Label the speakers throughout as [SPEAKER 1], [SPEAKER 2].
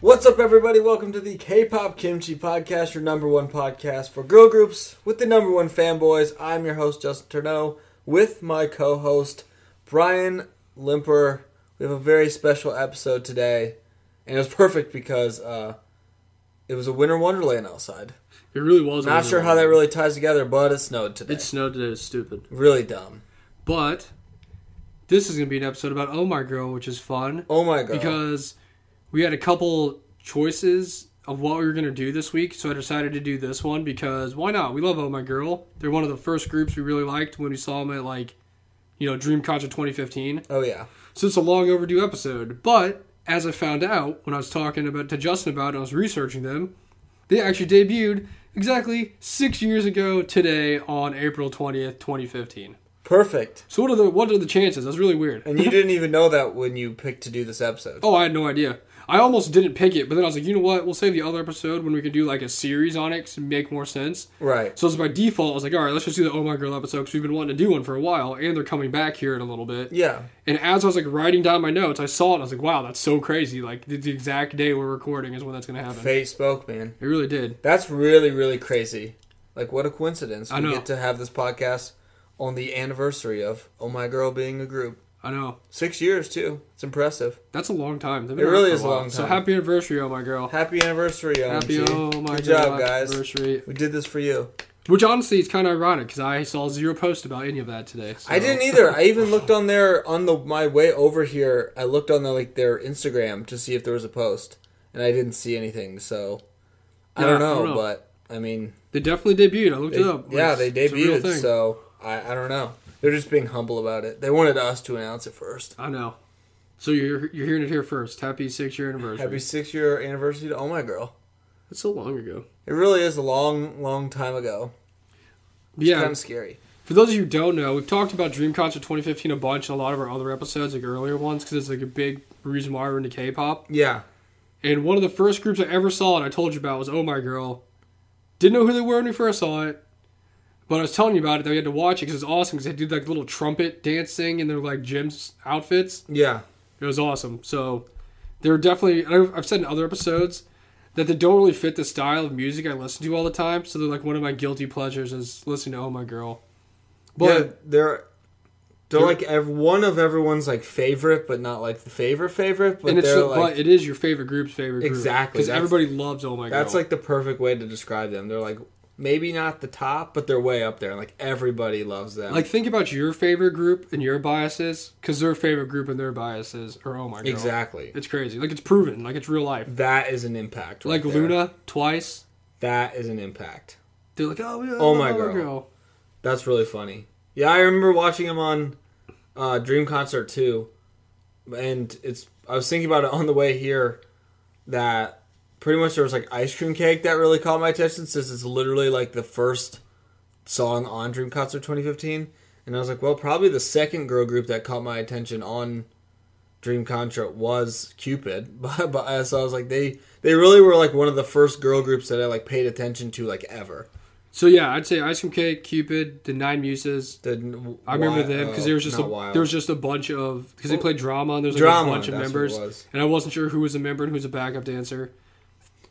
[SPEAKER 1] What's up, everybody? Welcome to the K-pop Kimchi Podcast, your number one podcast for girl groups with the number one fanboys. I'm your host Justin Turneau with my co-host Brian Limper. We have a very special episode today, and it was perfect because uh, it was a winter wonderland outside.
[SPEAKER 2] It really was.
[SPEAKER 1] Not sure how that really ties together, but it snowed today.
[SPEAKER 2] It snowed today. It's stupid.
[SPEAKER 1] really dumb.
[SPEAKER 2] But this is gonna be an episode about Oh My Girl, which is fun
[SPEAKER 1] Oh my god!
[SPEAKER 2] because we had a couple choices of what we were gonna do this week. So I decided to do this one because why not? We love Oh My Girl. They're one of the first groups we really liked when we saw them at like, you know, Dream Concert 2015.
[SPEAKER 1] oh yeah,
[SPEAKER 2] So it's a long overdue episode. But as I found out when I was talking about to Justin about it, I was researching them, they actually debuted exactly six years ago today on April twentieth, twenty fifteen.
[SPEAKER 1] perfect.
[SPEAKER 2] So what are the what are the chances? That's really weird.
[SPEAKER 1] And you didn't even know that when you picked to do this episode.
[SPEAKER 2] Oh, I had no idea. I almost didn't pick it, but then I was like, you know what? We'll save the other episode when we can do like a series on it 'cause it'd make more sense.
[SPEAKER 1] Right.
[SPEAKER 2] So it's by default. I was like, all right, let's just do the Oh My Girl episode because we've been wanting to do one for a while, and they're coming back here in a little bit.
[SPEAKER 1] Yeah.
[SPEAKER 2] And as I was like writing down my notes, I saw it. and I was like, wow, that's so crazy. Like the, the exact day we're recording is when that's gonna happen.
[SPEAKER 1] Fate spoke, man.
[SPEAKER 2] It really did.
[SPEAKER 1] That's really, really crazy. Like, what a coincidence. We
[SPEAKER 2] I know.
[SPEAKER 1] get to have this podcast on the anniversary of Oh My Girl being a group.
[SPEAKER 2] I know.
[SPEAKER 1] Six years, too. It's impressive.
[SPEAKER 2] That's a long time. They've
[SPEAKER 1] It
[SPEAKER 2] around
[SPEAKER 1] really
[SPEAKER 2] for
[SPEAKER 1] is a
[SPEAKER 2] while.
[SPEAKER 1] long
[SPEAKER 2] So
[SPEAKER 1] time.
[SPEAKER 2] happy anniversary, Oh My Girl.
[SPEAKER 1] Happy anniversary, OMG.
[SPEAKER 2] Happy Oh My
[SPEAKER 1] Good
[SPEAKER 2] Girl
[SPEAKER 1] job, guys.
[SPEAKER 2] anniversary.
[SPEAKER 1] We did this for you.
[SPEAKER 2] Which honestly is kind of ironic because I saw zero post about any of that today. so-
[SPEAKER 1] I didn't either. I even looked on their on the my way over here. I looked on their like their Instagram to see if there was a post, and I didn't see anything. So I
[SPEAKER 2] Yeah,
[SPEAKER 1] don't
[SPEAKER 2] I
[SPEAKER 1] know,
[SPEAKER 2] don't know.
[SPEAKER 1] but I mean,
[SPEAKER 2] They definitely debuted. I looked
[SPEAKER 1] they-
[SPEAKER 2] it up.
[SPEAKER 1] yeah,
[SPEAKER 2] It's-
[SPEAKER 1] they
[SPEAKER 2] it's a real
[SPEAKER 1] debuted.
[SPEAKER 2] thing.
[SPEAKER 1] So I, I don't know. They're just being humble about it. They wanted us to announce it first.
[SPEAKER 2] I know. So you're you're hearing it here first. Happy six year anniversary.
[SPEAKER 1] Happy six year anniversary to Oh My Girl.
[SPEAKER 2] It's so long ago.
[SPEAKER 1] It really is a long, long time ago. It's
[SPEAKER 2] Yeah.
[SPEAKER 1] kind of scary.
[SPEAKER 2] For those of you who don't know, we've talked about Dream Concert 2015 a bunch in a lot of our other episodes, like earlier ones, because it's like a big reason why we're into K-pop.
[SPEAKER 1] Yeah.
[SPEAKER 2] And one of the first groups I ever saw and I told you about was Oh My Girl. Didn't know who they were when we first saw it, but I was telling you about it that we had to watch it because it's awesome because they do like little trumpet dancing in their like gym s- outfits.
[SPEAKER 1] Yeah.
[SPEAKER 2] It was awesome. So they're definitely. and I've, I've said in other episodes that they don't really fit the style of music I listen to all the time. So they're like one of my guilty pleasures is listening to "Oh My Girl." But
[SPEAKER 1] yeah, they're they're
[SPEAKER 2] They're-
[SPEAKER 1] like ev- one of everyone's like favorite, but not like the favorite favorite. But
[SPEAKER 2] and it's
[SPEAKER 1] they're
[SPEAKER 2] the-
[SPEAKER 1] like
[SPEAKER 2] but it is your favorite group's favorite group
[SPEAKER 1] Exactly,
[SPEAKER 2] because
[SPEAKER 1] that's-
[SPEAKER 2] everybody loves "Oh My Girl."
[SPEAKER 1] that's like the perfect way to describe them. They're like maybe not the top, but they're way up there. Like everybody loves them.
[SPEAKER 2] like think about your favorite group and your biases because their favorite group and their biases are "Oh My Girl."
[SPEAKER 1] exactly.
[SPEAKER 2] It's crazy. Like it's proven. Like it's real life.
[SPEAKER 1] That is an impact. right
[SPEAKER 2] Like
[SPEAKER 1] there.
[SPEAKER 2] Luna twice.
[SPEAKER 1] That is an impact.
[SPEAKER 2] They're like, "Oh, we love
[SPEAKER 1] Oh My Girl."
[SPEAKER 2] Girl."
[SPEAKER 1] That's really funny. Yeah, I remember watching him on uh, Dream Concert too, and it's. I was thinking about it on the way here that pretty much there was like ice cream cake that really caught my attention since it's literally like the first song on Dream Concert 2015, and I was like, well, probably the second girl group that caught my attention on Dream Concert was Cupid, but, but so I was like, they they really were like one of the first girl groups that I like paid attention to like ever.
[SPEAKER 2] So yeah, I'd say Ice Cream Cake, Cupid, the Nine Muses,
[SPEAKER 1] The,
[SPEAKER 2] I remember them because there was just a,
[SPEAKER 1] oh, not Wild.
[SPEAKER 2] there was just a bunch of because they played drama and there was like
[SPEAKER 1] Drama,
[SPEAKER 2] a bunch of
[SPEAKER 1] that's what it
[SPEAKER 2] members
[SPEAKER 1] was.
[SPEAKER 2] and I wasn't sure who was a member and who was a backup dancer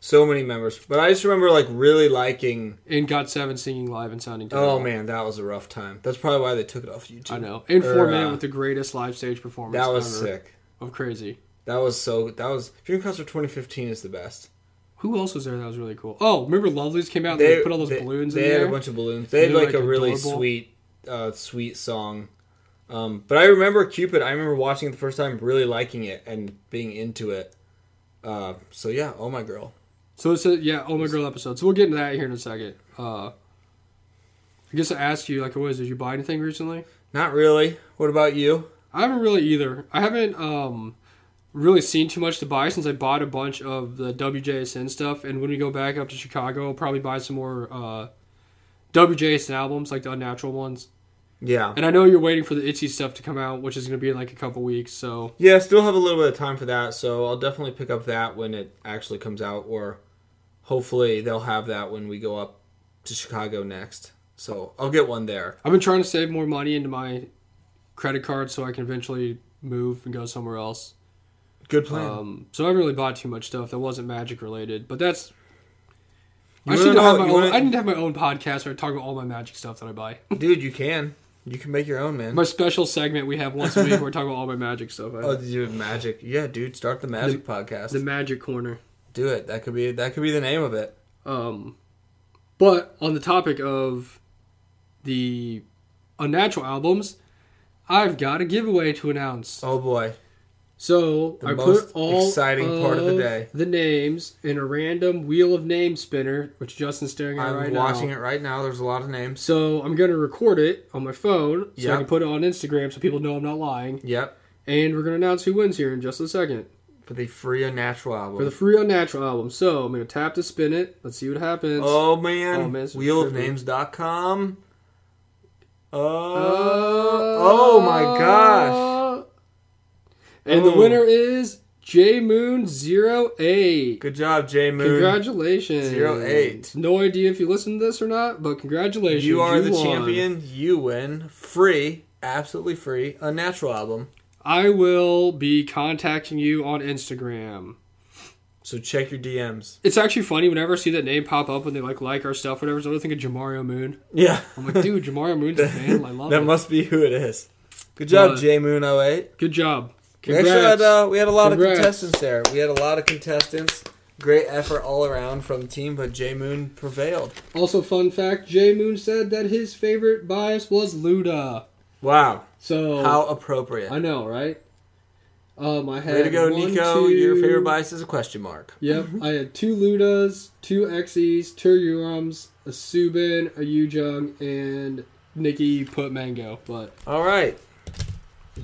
[SPEAKER 1] so many members. But I just remember like really liking.
[SPEAKER 2] and got seven singing live and sounding
[SPEAKER 1] Oh
[SPEAKER 2] terrible.
[SPEAKER 1] man, that was a rough time. That's probably why they took it off YouTube.
[SPEAKER 2] I know and
[SPEAKER 1] Or,
[SPEAKER 2] four man
[SPEAKER 1] uh,
[SPEAKER 2] with the greatest live stage performance
[SPEAKER 1] That was
[SPEAKER 2] ever
[SPEAKER 1] sick.
[SPEAKER 2] of crazy.
[SPEAKER 1] That was so. That was Dream Concert 2015 is the best.
[SPEAKER 2] Who else was there that was really cool? Oh, remember Lovelies came out and they, put all those balloons
[SPEAKER 1] They
[SPEAKER 2] in
[SPEAKER 1] had
[SPEAKER 2] there.
[SPEAKER 1] a bunch of balloons. They had
[SPEAKER 2] They were,
[SPEAKER 1] like, a
[SPEAKER 2] like,
[SPEAKER 1] really
[SPEAKER 2] adorable.
[SPEAKER 1] sweet, uh, sweet song. Um, but I remember Cupid. I remember watching it the first time, really liking it and being into it. Uh, so yeah, oh my girl.
[SPEAKER 2] so it's a, yeah, oh my girl episode. So we'll get into that here in a second. Uh, I guess I asked you like, what is it? You buy anything recently?
[SPEAKER 1] Not really. What about you?
[SPEAKER 2] I haven't really either. I haven't um, really seen too much to buy since I bought a bunch of the WJSN stuff. And when we go back up to Chicago, I'll probably buy some more uh, WJSN albums, like the unnatural ones.
[SPEAKER 1] Yeah.
[SPEAKER 2] And I know you're waiting for the Itchy stuff to come out, which is going to be in like a couple weeks. So
[SPEAKER 1] Yeah, I still have a little bit of time for that, so I'll definitely pick up that when it actually comes out, or hopefully they'll have that when we go up to Chicago next. So I'll get one there.
[SPEAKER 2] I've been trying to save more money into my credit card so I can eventually move and go somewhere else.
[SPEAKER 1] Good plan.
[SPEAKER 2] Um, so I haven't really bought too much stuff that wasn't magic related, but that's.
[SPEAKER 1] You
[SPEAKER 2] I,
[SPEAKER 1] wanna
[SPEAKER 2] should
[SPEAKER 1] know-
[SPEAKER 2] have my
[SPEAKER 1] you
[SPEAKER 2] own,
[SPEAKER 1] wanna-
[SPEAKER 2] I need to have my own podcast where I talk about all my magic stuff that I buy.
[SPEAKER 1] Dude, you can. You can make your own, man.
[SPEAKER 2] my special segment we have once a week where I talk about all my magic stuff. I
[SPEAKER 1] Oh, did you have magic? Yeah, dude, start the magic podcast.
[SPEAKER 2] the magic corner.
[SPEAKER 1] Do it. That could be that could be the name of it.
[SPEAKER 2] Um, but on the topic of the unnatural albums, I've got a giveaway to announce.
[SPEAKER 1] Oh boy.
[SPEAKER 2] So
[SPEAKER 1] The
[SPEAKER 2] I
[SPEAKER 1] most
[SPEAKER 2] put all
[SPEAKER 1] exciting part of the day.
[SPEAKER 2] the names in a random wheel of name spinner, which Justin's staring at
[SPEAKER 1] I'm
[SPEAKER 2] right
[SPEAKER 1] watching
[SPEAKER 2] now.
[SPEAKER 1] it right now. There's a lot of names.
[SPEAKER 2] So I'm gonna record it on my phone so I
[SPEAKER 1] Yep.
[SPEAKER 2] can put it on Instagram so people know I'm not lying.
[SPEAKER 1] Yep.
[SPEAKER 2] And we're gonna announce who wins here in just a second
[SPEAKER 1] For the free unnatural album.
[SPEAKER 2] for the free unnatural album. So I'm gonna tap to spin it. Let's see what happens.
[SPEAKER 1] oh man.
[SPEAKER 2] Oh, man, this is
[SPEAKER 1] Wheelofnames.com. Uh,
[SPEAKER 2] Uh,
[SPEAKER 1] oh my gosh.
[SPEAKER 2] And the
[SPEAKER 1] Oh.
[SPEAKER 2] winner is J Moon 08.
[SPEAKER 1] Good job, J Moon.
[SPEAKER 2] Congratulations.
[SPEAKER 1] 08.
[SPEAKER 2] No idea if you listened to this or not, but congratulations.
[SPEAKER 1] You are the
[SPEAKER 2] won.
[SPEAKER 1] champion. You win. Free, absolutely free, unnatural album.
[SPEAKER 2] I will be contacting you on Instagram.
[SPEAKER 1] So check your DMs.
[SPEAKER 2] It's actually funny whenever I see that name pop up when they like like our stuff, whatever. So I think of Jamario Moon.
[SPEAKER 1] Yeah.
[SPEAKER 2] I'm like, dude, Jamario Moon's a fan. I love
[SPEAKER 1] that
[SPEAKER 2] it.
[SPEAKER 1] must be who it is. Good job,
[SPEAKER 2] Uh,
[SPEAKER 1] J Moon 08.
[SPEAKER 2] Good job.
[SPEAKER 1] We
[SPEAKER 2] Congrats.
[SPEAKER 1] actually had, uh, we had a lot
[SPEAKER 2] Congrats.
[SPEAKER 1] of contestants there. We had a lot of contestants. Great effort all around from the team, but J Moon prevailed.
[SPEAKER 2] also, fun fact: J Moon said that his favorite bias was Luda.
[SPEAKER 1] Wow.
[SPEAKER 2] So
[SPEAKER 1] How appropriate.
[SPEAKER 2] I know, right? Um, I had
[SPEAKER 1] Way to go,
[SPEAKER 2] one,
[SPEAKER 1] Nico.
[SPEAKER 2] two-
[SPEAKER 1] Your favorite bias is a question mark.
[SPEAKER 2] Yep, I had two Ludas, two Xes, two Urums, a Subin, a Yujung, and Nikki put Mango. But
[SPEAKER 1] All right.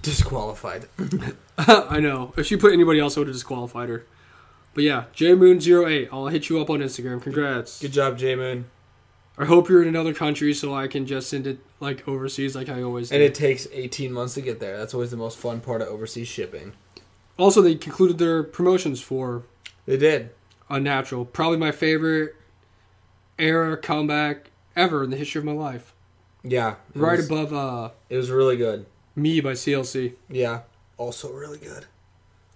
[SPEAKER 1] Disqualified.
[SPEAKER 2] I know if she put anybody else, I would have disqualified her. But yeah, JMoon08. I'll hit you up on Instagram. Congrats.
[SPEAKER 1] Good job, J Moon.
[SPEAKER 2] I hope you're in another country so I can just send it like overseas, like I always do.
[SPEAKER 1] And it takes 18 months to get there. That's always the most fun part of overseas shipping.
[SPEAKER 2] also, they concluded their promotions for
[SPEAKER 1] They did.
[SPEAKER 2] Unnatural. Probably my favorite era comeback ever in the history of my life.
[SPEAKER 1] Yeah. It
[SPEAKER 2] Right
[SPEAKER 1] was,
[SPEAKER 2] above uh,
[SPEAKER 1] It was really good.
[SPEAKER 2] Me by CLC.
[SPEAKER 1] Yeah. Also really good.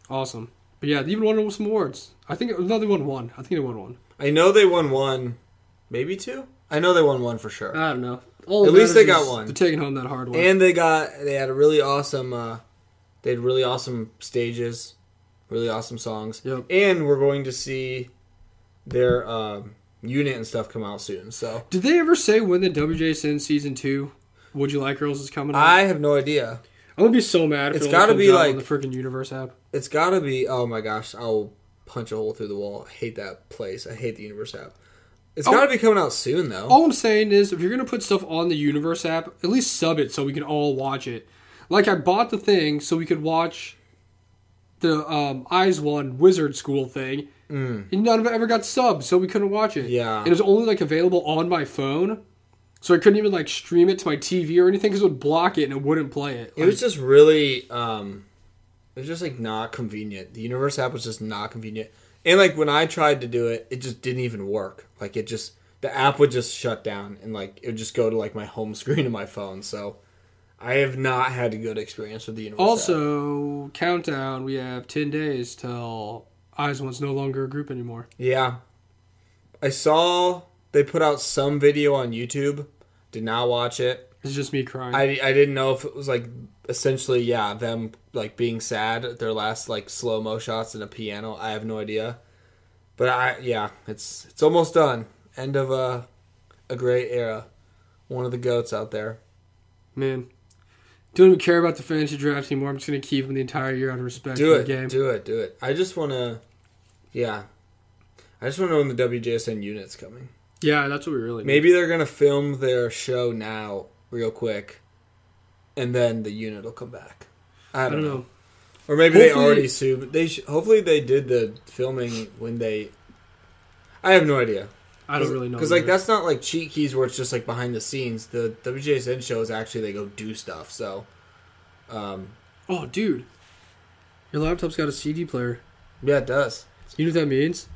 [SPEAKER 2] Awesome. But yeah, they even won some awards. I think no, they won one. I think they won one.
[SPEAKER 1] I know they won one, maybe two. I know they won one for sure.
[SPEAKER 2] I don't know. All that
[SPEAKER 1] At least
[SPEAKER 2] matters
[SPEAKER 1] they got
[SPEAKER 2] is
[SPEAKER 1] one.
[SPEAKER 2] They're taking home that hard one.
[SPEAKER 1] and they got they had a really awesome uh they had really awesome stages really awesome songs
[SPEAKER 2] Yep.
[SPEAKER 1] and we're going to see their um unit and stuff come out soon so
[SPEAKER 2] Did they ever say when the WJSN season two, Would You Like Girls is coming? out?
[SPEAKER 1] i have no idea
[SPEAKER 2] I'm gonna be so mad. If
[SPEAKER 1] It's
[SPEAKER 2] it only
[SPEAKER 1] gotta
[SPEAKER 2] comes
[SPEAKER 1] be
[SPEAKER 2] out
[SPEAKER 1] like-
[SPEAKER 2] on the freaking Universe app.
[SPEAKER 1] it's gotta be oh my gosh i'll punch a hole through the wall I hate that place i hate the universe app It's
[SPEAKER 2] Oh.
[SPEAKER 1] gotta be coming out soon though
[SPEAKER 2] All I'm saying is, if you're gonna put stuff on the Universe app, at least sub it so we can all watch it. Like I bought the thing so we could watch the um, Eyes One Wizard School thing, and none of it ever got subbed, so we couldn't watch it.
[SPEAKER 1] Mm. Yeah.
[SPEAKER 2] and it was only like available on my phone, so I couldn't even like stream it to my TV or anything because it would block it and it wouldn't play it.
[SPEAKER 1] it was just really um it was just like not convenient the universe app was just not convenient and like when i tried to do it it just didn't even work like it just the app would just shut down and like it would just go to like my home screen of my phone so i have not had a good experience with the universe app.
[SPEAKER 2] also, countdown. We have ten days till Eyes One's no longer a group anymore.
[SPEAKER 1] yeah i saw they put out some video on youtube did not watch it
[SPEAKER 2] It's just me crying.
[SPEAKER 1] I, I didn't know if it was like essentially yeah them like being sad at their last like slow mo shots in a piano I have no idea but I yeah it's it's almost done end of a a great era one of the goats out there
[SPEAKER 2] Man, don't even care about the fantasy draft anymore. I'm just gonna keep him the entire year out of respect
[SPEAKER 1] do
[SPEAKER 2] for
[SPEAKER 1] it
[SPEAKER 2] the game.
[SPEAKER 1] do it do it I just want to yeah I just want to know when the WJSN unit's coming
[SPEAKER 2] yeah, that's what we really need.
[SPEAKER 1] maybe they're gonna film their show now real quick and then the unit will come back I
[SPEAKER 2] I
[SPEAKER 1] don't,
[SPEAKER 2] don't
[SPEAKER 1] know.
[SPEAKER 2] know.
[SPEAKER 1] Or maybe they
[SPEAKER 2] Hopefully-
[SPEAKER 1] already sued. But they sh- hopefully they did the filming when they. I have no idea.
[SPEAKER 2] I don't really know.
[SPEAKER 1] because like
[SPEAKER 2] either.
[SPEAKER 1] that's not like cheat keys where it's just like behind the scenes. The WJSN show is actually they go do stuff. So, um,
[SPEAKER 2] Oh, dude, your laptop's got a CD player.
[SPEAKER 1] yeah, it does.
[SPEAKER 2] You know what that means?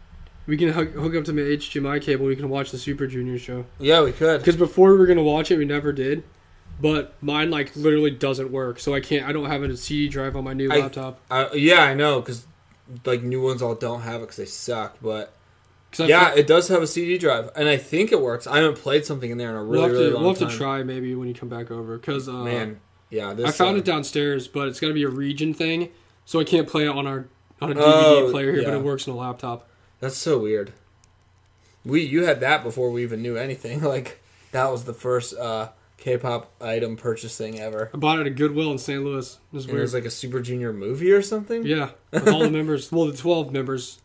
[SPEAKER 2] We can hook, hook up to my HDMI cable. We can watch the Super Junior show.
[SPEAKER 1] Yeah, we could.
[SPEAKER 2] Because before we were gonna watch it, we never did. But mine like literally doesn't work, so I can't. I don't have a CD drive on my new
[SPEAKER 1] I-
[SPEAKER 2] laptop.
[SPEAKER 1] Uh, yeah, I know because like new ones all don't have it because they suck. But
[SPEAKER 2] 'Cause I
[SPEAKER 1] yeah,
[SPEAKER 2] feel-
[SPEAKER 1] it does have a CD drive, and I think it works. I haven't played something in there in a
[SPEAKER 2] we'll
[SPEAKER 1] really
[SPEAKER 2] have
[SPEAKER 1] really
[SPEAKER 2] to
[SPEAKER 1] long
[SPEAKER 2] we'll have
[SPEAKER 1] time.
[SPEAKER 2] to try maybe when you come back over because uh,
[SPEAKER 1] Man, yeah, this
[SPEAKER 2] I found
[SPEAKER 1] uh,
[SPEAKER 2] it downstairs, but it's got to be a region thing, so I can't play it on our on a DVD
[SPEAKER 1] Oh,
[SPEAKER 2] player here, but
[SPEAKER 1] yeah.
[SPEAKER 2] it works on a laptop.
[SPEAKER 1] That's so weird. We you had that before we even knew anything. Like that was the first uh, K-pop item purchase thing ever.
[SPEAKER 2] I bought it at Goodwill in St. Louis. It was
[SPEAKER 1] And it
[SPEAKER 2] weird.
[SPEAKER 1] was like a Super Junior movie or something.
[SPEAKER 2] yeah, with all the members, well, the twelve members.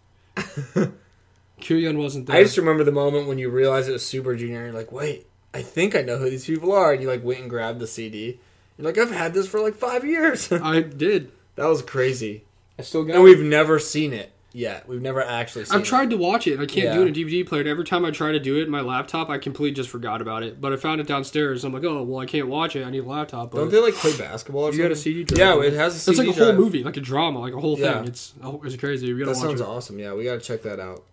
[SPEAKER 2] Kyuhyun wasn't there.
[SPEAKER 1] I just remember the moment when you realized it was Super Junior. And you're like, wait, I think I know who these people are. And you like went and grabbed the CD. You're like, I've had this for like five years. that
[SPEAKER 2] I did.
[SPEAKER 1] was crazy.
[SPEAKER 2] I still got.
[SPEAKER 1] And we've never seen it yet. We've never actually seen
[SPEAKER 2] I've tried to watch it. and I can't
[SPEAKER 1] Yeah.
[SPEAKER 2] do it in a DVD player. And every time I try to do it in my laptop, I completely just forgot about it. But I found it downstairs. I'm like, oh well, I can't watch it. I need a laptop.
[SPEAKER 1] it. Don't
[SPEAKER 2] But
[SPEAKER 1] they like play basketball or
[SPEAKER 2] you
[SPEAKER 1] something?
[SPEAKER 2] got a CD drive?
[SPEAKER 1] Yeah, it has a CD
[SPEAKER 2] It's like a
[SPEAKER 1] drive.
[SPEAKER 2] whole movie, like a drama, like a whole
[SPEAKER 1] Yeah.
[SPEAKER 2] thing. It's oh, it's crazy. We gotta
[SPEAKER 1] That
[SPEAKER 2] watch
[SPEAKER 1] sounds
[SPEAKER 2] it.
[SPEAKER 1] awesome. Yeah, we got to check that out.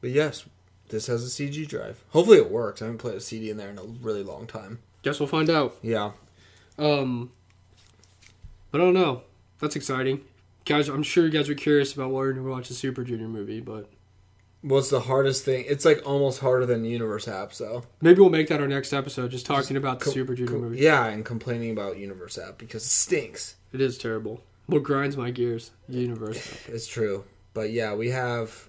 [SPEAKER 1] But yes, this has a CG drive. Hopefully it works. I haven't played a CD in there in a really long time.
[SPEAKER 2] Guess we'll find out.
[SPEAKER 1] Yeah.
[SPEAKER 2] Um, I don't know. That's exciting, guys. I'm sure you guys were curious about why we're gonna watch the Super Junior movie, but
[SPEAKER 1] What's the hardest thing? It's like almost harder than Universe app, so.
[SPEAKER 2] maybe we'll make that our next episode. Just talking about the
[SPEAKER 1] Co-
[SPEAKER 2] Super Junior
[SPEAKER 1] co-
[SPEAKER 2] movie.
[SPEAKER 1] Yeah, and complaining about Universe app because it stinks.
[SPEAKER 2] It is terrible. What grinds my gears? The universe.
[SPEAKER 1] It's true. But yeah, we have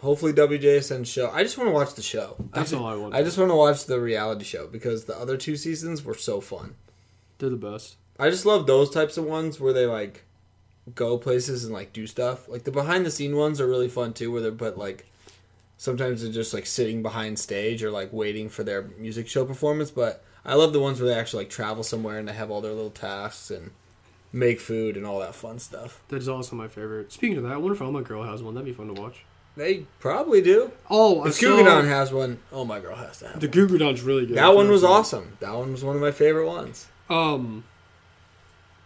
[SPEAKER 1] hopefully WJ sends show. I just want to watch the show.
[SPEAKER 2] That's
[SPEAKER 1] I,
[SPEAKER 2] all I want.
[SPEAKER 1] I just want to watch the reality show because the other two seasons were so fun.
[SPEAKER 2] They're the best.
[SPEAKER 1] I just love those types of ones where they like go places and like do stuff. Like the behind the scene ones are really fun too, where they're but like sometimes they're just like sitting behind stage or like waiting for their music show performance. But I love the ones where they actually like travel somewhere and they have all their little tasks and make food and all that fun stuff.
[SPEAKER 2] That is also my favorite. Speaking of that, I wonder if Oh My Girl has one. That'd be fun to watch.
[SPEAKER 1] They probably do.
[SPEAKER 2] Oh, I
[SPEAKER 1] If
[SPEAKER 2] saw-
[SPEAKER 1] Scoogadon has one, oh my girl has to have
[SPEAKER 2] The
[SPEAKER 1] one.
[SPEAKER 2] Googledon's really good.
[SPEAKER 1] That one was awesome. That one was one of my favorite ones.
[SPEAKER 2] Um,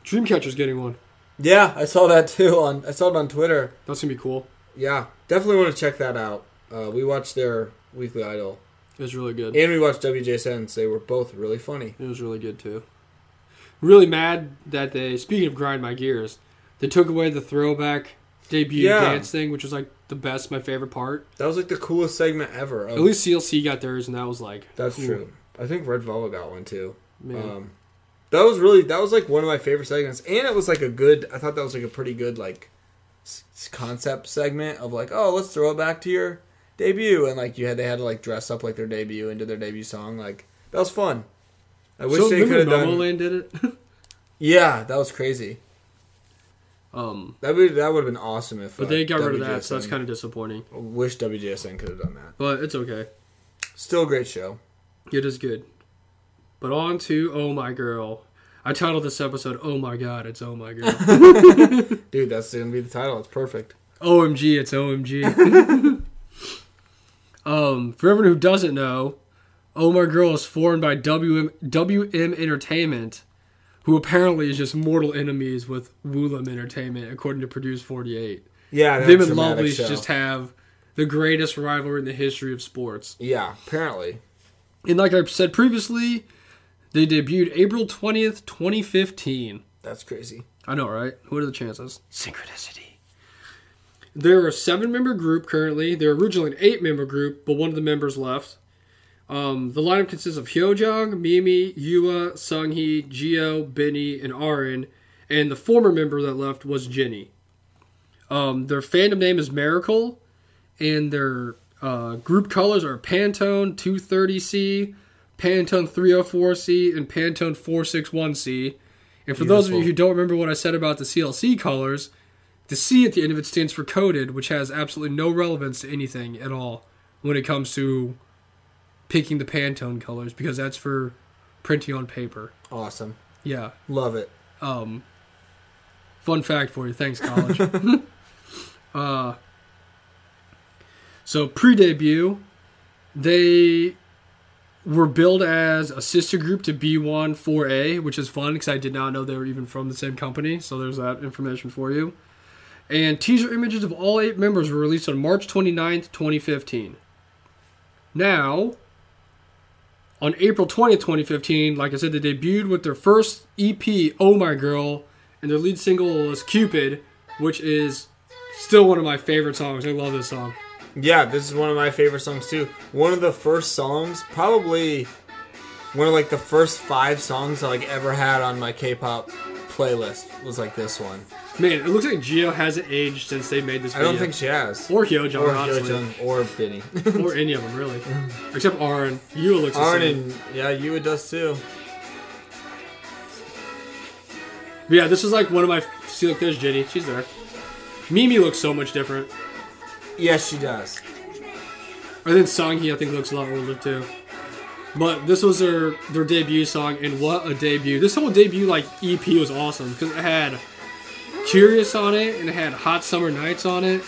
[SPEAKER 2] Dreamcatcher's getting one.
[SPEAKER 1] Yeah, I saw that too on I saw it on Twitter.
[SPEAKER 2] That's gonna be cool.
[SPEAKER 1] Yeah, definitely want to check that out. Uh, we watched their weekly idol,
[SPEAKER 2] It was really good.
[SPEAKER 1] and we watched WJ Sense. They were both really funny.
[SPEAKER 2] It was really good too. Really mad that they. Speaking of grind my gears, they took away the throwback debut
[SPEAKER 1] Yeah.
[SPEAKER 2] dance thing, which was like the best, my favorite part.
[SPEAKER 1] That was like the coolest segment ever. Of,
[SPEAKER 2] At least CLC got theirs, and that was like
[SPEAKER 1] Oh. that's
[SPEAKER 2] cool.
[SPEAKER 1] true. I think Red Velvet got one too.
[SPEAKER 2] Man,
[SPEAKER 1] Um, that was really that was like one of my favorite segments, and it was like a good. I thought that was like a pretty good like s- s- concept segment of like, oh, let's throw it back to your debut, and like you had they had to like dress up like their debut and do their debut song. Like that was fun. I wish
[SPEAKER 2] so
[SPEAKER 1] they could have
[SPEAKER 2] remember
[SPEAKER 1] done.
[SPEAKER 2] Momoland did it.
[SPEAKER 1] Yeah, that was crazy.
[SPEAKER 2] um,
[SPEAKER 1] That would that would have been awesome if. uh,
[SPEAKER 2] but they got rid of that, so that's kind of disappointing.
[SPEAKER 1] of. Wish WJSN could have done that.
[SPEAKER 2] But it's okay.
[SPEAKER 1] Still a great show.
[SPEAKER 2] It is good. But on to Oh My Girl. I titled this episode Oh My God, it's Oh My Girl.
[SPEAKER 1] Dude, that's gonna be the title. It's perfect.
[SPEAKER 2] OMG, it's OMG. um, for everyone who doesn't know, Oh My Girl is formed by WM, WM Entertainment, who apparently is just mortal enemies with Woolam Entertainment, according to Produce 48.
[SPEAKER 1] Yeah,
[SPEAKER 2] Them and
[SPEAKER 1] traumatic
[SPEAKER 2] Lovelace
[SPEAKER 1] show.
[SPEAKER 2] just have the greatest rivalry in the history of sports.
[SPEAKER 1] yeah, apparently.
[SPEAKER 2] And like I said previously, they debuted April 20th, 2015.
[SPEAKER 1] That's crazy.
[SPEAKER 2] I know, right? What are the chances? Synchronicity. They're a seven member group currently. They're originally an eight member group, but one of the members left. Um, the lineup consists of Hyojong, Mimi, Yua, Sunghee, Gio, Benny, and Arin. And the former member that left was Jenny. Um, their fandom name is Miracle, and their uh, group colors are Pantone 230C, Pantone 304C, and Pantone 461C. And for those of you
[SPEAKER 1] Beautiful.
[SPEAKER 2] who don't remember what I said about the CLC colors, the C at the end of it stands for coded, which has absolutely no relevance to anything at all when it comes to picking the Pantone colors because that's for printing on paper.
[SPEAKER 1] Awesome.
[SPEAKER 2] Yeah.
[SPEAKER 1] Love it.
[SPEAKER 2] Um, fun fact for you. Thanks, college. uh, so pre-debut, they were billed as a sister group to B1 4A, which is fun because I did not know they were even from the same company. So there's that information for you. And teaser images of all eight members were released on March 29th, 2015. Now, on April 20th, 2015, like I said, they E debuted with their first EP, Oh My Girl, and their lead single was Cupid, which is still one of my favorite songs. I love this song.
[SPEAKER 1] Yeah, this is one of my favorite songs too. One of the first songs, probably one of like the first five songs I like ever had on my K-pop playlist was like this one.
[SPEAKER 2] Man, it looks like Gio hasn't aged since they made this
[SPEAKER 1] I
[SPEAKER 2] video.
[SPEAKER 1] don't think she has.
[SPEAKER 2] Or Hyojung,
[SPEAKER 1] or
[SPEAKER 2] honestly.
[SPEAKER 1] Hyojung, or Binny.
[SPEAKER 2] Or any of them, really. Except Arn. Yua looks the
[SPEAKER 1] Arn
[SPEAKER 2] same.
[SPEAKER 1] and yeah, Yua does too.
[SPEAKER 2] But yeah, this is like one of my. See, look, there's Jenny. She's there. Mimi looks so much different.
[SPEAKER 1] Yes, she does.
[SPEAKER 2] Or then Songhee, I think, looks a lot older too. But this was their their debut song, and what a debut! This whole debut like EP was awesome because it had Curious on it, and it had Hot Summer Nights on it,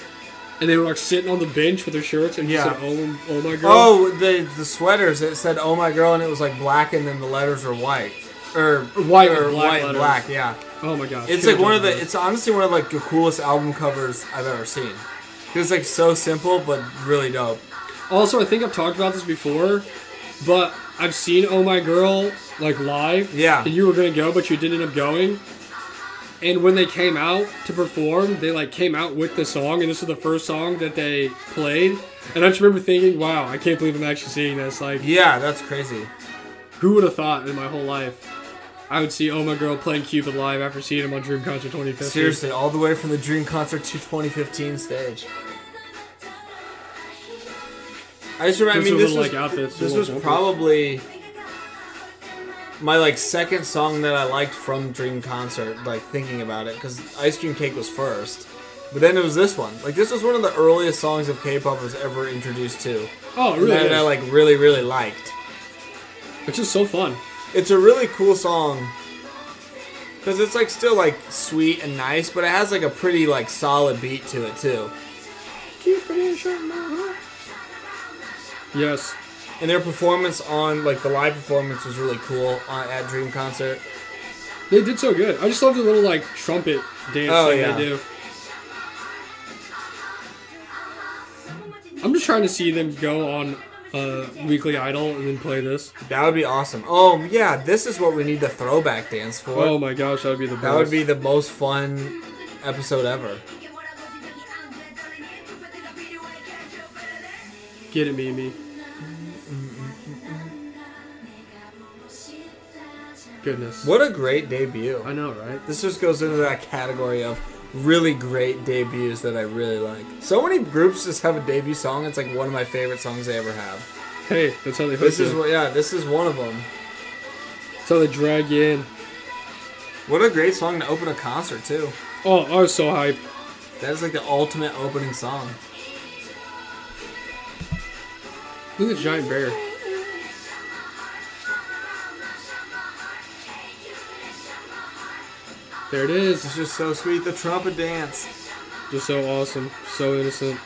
[SPEAKER 2] and they were like sitting on the bench with their shirts, and
[SPEAKER 1] Yeah.
[SPEAKER 2] just said, "Oh, oh my girl!"
[SPEAKER 1] Oh, the the sweaters. It said "Oh my girl" and it was like black, and then the letters were white or
[SPEAKER 2] White with
[SPEAKER 1] or
[SPEAKER 2] black
[SPEAKER 1] white and
[SPEAKER 2] letters.
[SPEAKER 1] black. Yeah,
[SPEAKER 2] Oh my gosh!
[SPEAKER 1] it's like one of the. It's honestly one of like the coolest album covers I've ever seen. It's like so simple but really dope.
[SPEAKER 2] also, I think I've talked about this before, but I've seen "Oh My Girl" like live.
[SPEAKER 1] Yeah.
[SPEAKER 2] and you were gonna go, but you didn't end up going. And when they came out to perform, they like came out with the song, and this was the first song that they played. And I just remember thinking, "Wow, I can't believe I'm actually seeing this!" Like,
[SPEAKER 1] Yeah, that's crazy.
[SPEAKER 2] who would have thought in my whole life I would see "Oh My Girl" playing Cupid live after seeing him on Dream Concert 2015?
[SPEAKER 1] Seriously, all the way from the Dream Concert to 2015 stage. I just remember. I
[SPEAKER 2] Those
[SPEAKER 1] mean,
[SPEAKER 2] were
[SPEAKER 1] this
[SPEAKER 2] little,
[SPEAKER 1] was,
[SPEAKER 2] like, outfits,
[SPEAKER 1] this
[SPEAKER 2] little
[SPEAKER 1] was
[SPEAKER 2] jumpers.
[SPEAKER 1] probably my like second song that I liked from Dream Concert. Like thinking about it, because Ice Cream Cake was first, but then it was this one. Like this was one of the earliest songs of K-pop I was ever introduced to,
[SPEAKER 2] Oh, it really?
[SPEAKER 1] that I
[SPEAKER 2] is.
[SPEAKER 1] like really really liked.
[SPEAKER 2] It's just so fun.
[SPEAKER 1] It's a really cool song because it's like still like sweet and nice, but it has like a pretty like solid beat to it too.
[SPEAKER 2] Yes.
[SPEAKER 1] And their performance on like the live performance was really cool on, at Dream Concert.
[SPEAKER 2] They did so good. I just love the little like trumpet dance
[SPEAKER 1] Oh,
[SPEAKER 2] thing
[SPEAKER 1] yeah.
[SPEAKER 2] they do. I'm just trying to see them go on uh, Weekly Idol and then play this.
[SPEAKER 1] That would be awesome. Oh yeah, this is what we need the throwback dance for.
[SPEAKER 2] Oh my gosh, that would be the best.
[SPEAKER 1] that would be the most fun episode ever.
[SPEAKER 2] Get it, Mimi. Goodness.
[SPEAKER 1] What a great debut!
[SPEAKER 2] I know, right?
[SPEAKER 1] This just goes into that category of really great debuts that I really like. So many groups just have a debut song. It's like one of my favorite songs they ever have.
[SPEAKER 2] Hey, that's how they hook
[SPEAKER 1] This
[SPEAKER 2] you.
[SPEAKER 1] is what, yeah, this is one of them.
[SPEAKER 2] That's how they drag you in.
[SPEAKER 1] What a great song to open a concert too.
[SPEAKER 2] Oh, I was so hype.
[SPEAKER 1] That is like the ultimate opening song.
[SPEAKER 2] Look at the giant bear. There it is.
[SPEAKER 1] It's just so sweet. The trumpet dance.
[SPEAKER 2] Just so awesome. So innocent.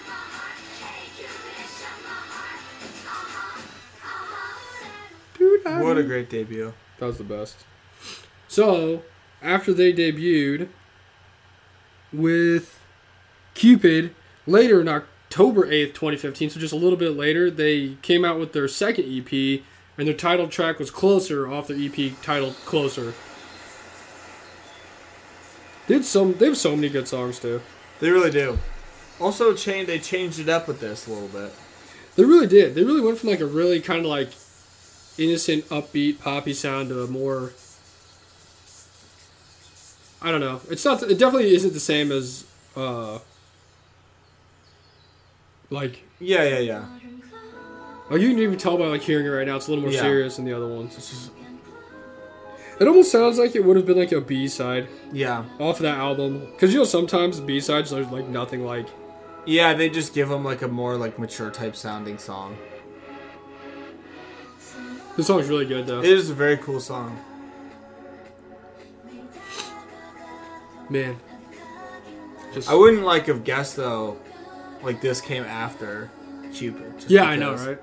[SPEAKER 1] What a great debut.
[SPEAKER 2] That was the best. So, after they debuted with Cupid, later in October 8th, 2015, so just a little bit later, they came out with their second EP, and their title track was Closer off their EP titled Closer. Did some they have so many good songs too.
[SPEAKER 1] They really do. Also, change they changed it up with this a little bit.
[SPEAKER 2] They really did. They really went from like a really kind of like innocent, upbeat, poppy sound to a more. I don't know. It's not. It definitely isn't the same as, uh, like,
[SPEAKER 1] Yeah, yeah, yeah.
[SPEAKER 2] like you can even tell by like hearing it right now. It's a little more
[SPEAKER 1] Yeah.
[SPEAKER 2] serious than the other ones.
[SPEAKER 1] It's just,
[SPEAKER 2] It almost sounds like it would have been like a B side
[SPEAKER 1] yeah,
[SPEAKER 2] off of that album, because you know sometimes B sides are like nothing like.
[SPEAKER 1] yeah. They just give them like a more like mature type sounding song.
[SPEAKER 2] This song's really good though.
[SPEAKER 1] It is a very cool song.
[SPEAKER 2] Man, just
[SPEAKER 1] I wouldn't like have guessed though, like this came after Cupid. just
[SPEAKER 2] yeah, I know,
[SPEAKER 1] because
[SPEAKER 2] right?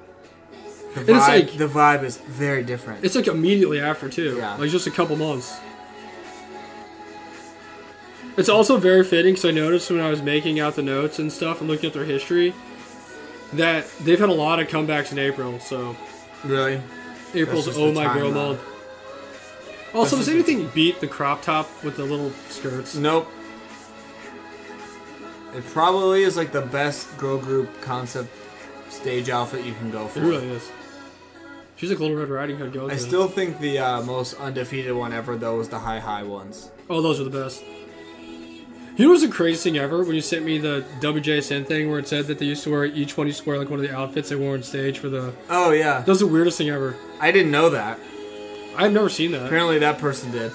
[SPEAKER 1] The
[SPEAKER 2] And it's
[SPEAKER 1] vibe,
[SPEAKER 2] like-
[SPEAKER 1] the vibe is very different.
[SPEAKER 2] It's like immediately after too.
[SPEAKER 1] Yeah.
[SPEAKER 2] Like just a couple months. It's also very fitting because I noticed when I was making out the notes and stuff and looking at their history that they've had a lot of comebacks in April. So
[SPEAKER 1] really.
[SPEAKER 2] April's
[SPEAKER 1] just
[SPEAKER 2] oh
[SPEAKER 1] the
[SPEAKER 2] my girl
[SPEAKER 1] timeline.
[SPEAKER 2] month. Also,
[SPEAKER 1] That's
[SPEAKER 2] does
[SPEAKER 1] just Mm.
[SPEAKER 2] anything beat the crop top with the little skirts?
[SPEAKER 1] Nope. It probably is like the best girl group concept stage outfit you can go for.
[SPEAKER 2] It really is. She's like Little Red Riding Hood going.
[SPEAKER 1] I
[SPEAKER 2] to.
[SPEAKER 1] still think the uh, most undefeated one ever though was the high high ones.
[SPEAKER 2] Oh, those are the best. You know what's the craziest thing ever? When you sent me the WJSN thing where it said that they used to wear each one used to wear like one of the outfits they wore on stage for the.
[SPEAKER 1] Oh yeah,
[SPEAKER 2] That was the weirdest thing ever.
[SPEAKER 1] I didn't know that.
[SPEAKER 2] I've never seen that.
[SPEAKER 1] Apparently that person did.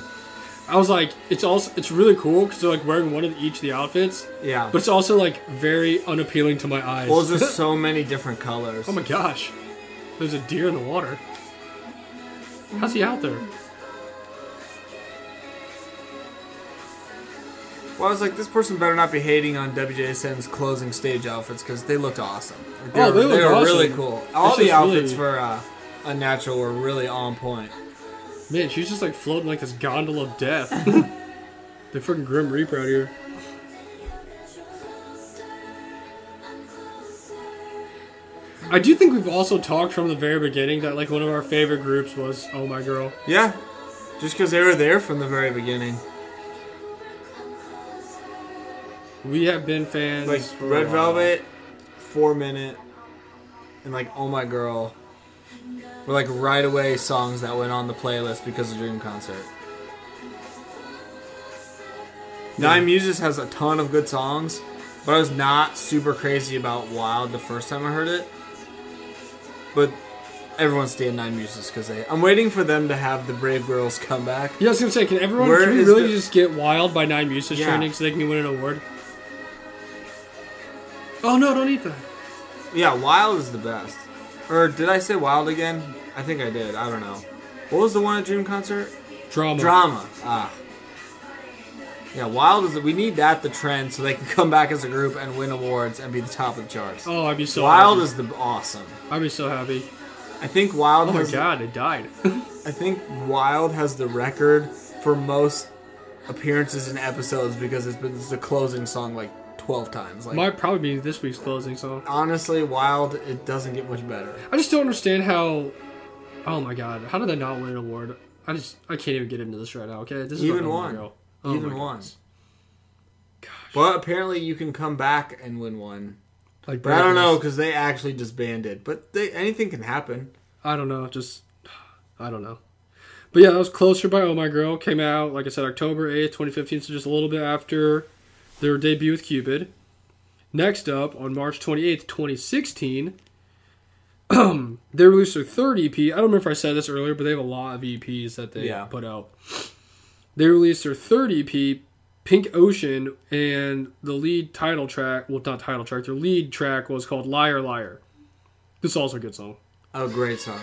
[SPEAKER 2] I was like, it's also it's really cool because they're like wearing one of each of the outfits,
[SPEAKER 1] Yeah,
[SPEAKER 2] but it's also like very unappealing to my eyes.
[SPEAKER 1] well, there's just so many different colors.
[SPEAKER 2] oh my gosh, there's a deer in the water. How's he out there?
[SPEAKER 1] Well, I was like, this person better not be hating on WJSN's closing stage outfits because they looked awesome. Like, they
[SPEAKER 2] Oh,
[SPEAKER 1] were,
[SPEAKER 2] they looked
[SPEAKER 1] were
[SPEAKER 2] awesome.
[SPEAKER 1] really cool. All
[SPEAKER 2] It's
[SPEAKER 1] the
[SPEAKER 2] just really-
[SPEAKER 1] outfits for uh, Unnatural were really on point.
[SPEAKER 2] Man, she's just like floating like this gondola of death. the freaking Grim Reaper out here. I do think we've also talked from the very beginning that like one of our favorite groups was Oh My Girl.
[SPEAKER 1] Yeah, just because they were there from the very beginning.
[SPEAKER 2] We have been fans
[SPEAKER 1] Like
[SPEAKER 2] for a
[SPEAKER 1] Red
[SPEAKER 2] while.
[SPEAKER 1] Velvet, Four Minute, and like Oh My Girl were like right away songs that went on the playlist because of Dream Concert. Nine Muses has a ton of good songs, but I was not super crazy about Wild the first time I heard it. But everyone stay in Nine Muses because they. I'm waiting for them to have the Brave Girls come back.
[SPEAKER 2] Yeah, I was gonna say, can everyone
[SPEAKER 1] Where
[SPEAKER 2] can we
[SPEAKER 1] is
[SPEAKER 2] really
[SPEAKER 1] the-
[SPEAKER 2] just get wild by nine music
[SPEAKER 1] Yeah.
[SPEAKER 2] training so they can win an award? Oh no, don't eat that.
[SPEAKER 1] Yeah, Wild is the best. Or did I say Wild again? I think I did. I don't know. What was the one at Dream Concert?
[SPEAKER 2] Drama.
[SPEAKER 1] Drama. Ah. Yeah, Wild is. We need that the trend so they can come back as a group and win awards and be the top of the charts.
[SPEAKER 2] Oh, I'd be so
[SPEAKER 1] Wild
[SPEAKER 2] happy.
[SPEAKER 1] is the awesome.
[SPEAKER 2] I'd be so happy.
[SPEAKER 1] I think Wild.
[SPEAKER 2] Oh my
[SPEAKER 1] has,
[SPEAKER 2] god, it died.
[SPEAKER 1] I think Wild has the record for most appearances in episodes because it's been it's the closing song like twelve times. Like
[SPEAKER 2] Might probably be this week's closing song.
[SPEAKER 1] honestly, Wild it doesn't get much better.
[SPEAKER 2] I just don't understand how. Oh my god, how did they not win an award? I just I can't even get into this right now. Okay, this is
[SPEAKER 1] Even
[SPEAKER 2] about Oh My
[SPEAKER 1] one.
[SPEAKER 2] Girl. Oh
[SPEAKER 1] Even
[SPEAKER 2] my
[SPEAKER 1] one.
[SPEAKER 2] goodness.
[SPEAKER 1] But apparently, you can come back and win one.
[SPEAKER 2] Like,
[SPEAKER 1] But I don't know because they actually disbanded. But they, anything can happen.
[SPEAKER 2] I don't know. Just I don't know. But yeah, that was closer by Oh My Girl. Came out like I said, October eighth, twenty fifteen. So just a little bit after their debut with Cupid. Next up, on March twenty eighth, twenty sixteen, they released their third EP. I don't remember if I said this earlier, but they have a lot of EPs that they
[SPEAKER 1] Yeah.
[SPEAKER 2] put out. They released their third EP, Pink Ocean, and the lead title track, well, not title track, their lead track was called Liar Liar. This is also a good song.
[SPEAKER 1] Oh, great song.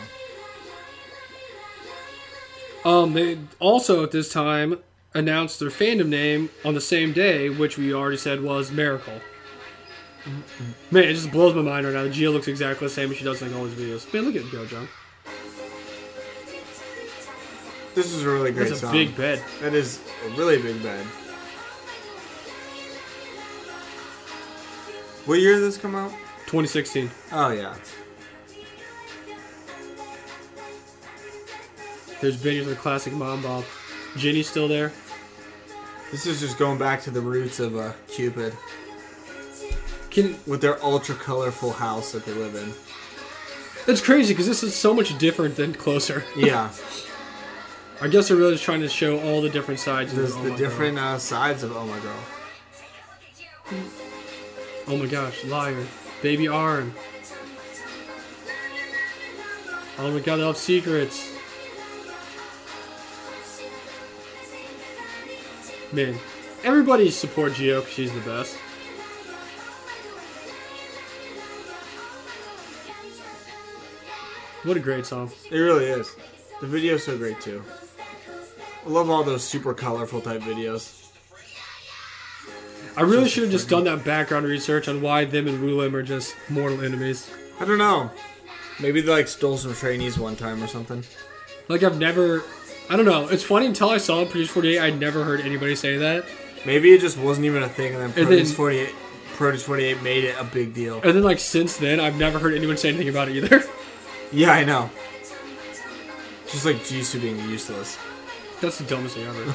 [SPEAKER 2] Um, they also at this time announced their fandom name on the same day, which we already said was Miracle. Man, it just blows my mind right now. Gia looks exactly the same as she does in like all these videos. Man, look at JoJo.
[SPEAKER 1] This is a really great
[SPEAKER 2] That's a
[SPEAKER 1] song.
[SPEAKER 2] big bed.
[SPEAKER 1] That is a really big bed. What year did this come out?
[SPEAKER 2] 2016.
[SPEAKER 1] Oh yeah.
[SPEAKER 2] There's videos of the classic mom bob. Ginny's still there.
[SPEAKER 1] This is just going back to the roots of uh, Cupid
[SPEAKER 2] Can
[SPEAKER 1] with their ultra colorful house that they live in.
[SPEAKER 2] that's crazy because this is so much different than Closer.
[SPEAKER 1] Yeah,
[SPEAKER 2] I guess they're really just trying to show all the different sides. of
[SPEAKER 1] there's
[SPEAKER 2] Oh
[SPEAKER 1] the
[SPEAKER 2] My
[SPEAKER 1] different uh, sides of Oh My Girl.
[SPEAKER 2] Girl. Oh my gosh, liar, baby arm. Oh my god, they love secrets. Man, everybody support Gio because she's the best. What a great song.
[SPEAKER 1] It really is. The video's so great too. I love all those super colorful type videos.
[SPEAKER 2] I really should have just done that background research on why them and Wu Lim are just mortal enemies.
[SPEAKER 1] I don't know. Maybe they like stole some trainees one time or something.
[SPEAKER 2] Like, I've never. I don't know. It's funny until I saw Produce 48, I'd never heard anybody say that.
[SPEAKER 1] Maybe it just wasn't even a thing, and then
[SPEAKER 2] then-
[SPEAKER 1] Produce Forty Eight, Produce Forty Eight made it a big deal.
[SPEAKER 2] And then, like, since then, I've never heard anyone say anything about it either.
[SPEAKER 1] Yeah, I know. Just like Jisoo being useless.
[SPEAKER 2] That's the dumbest thing ever.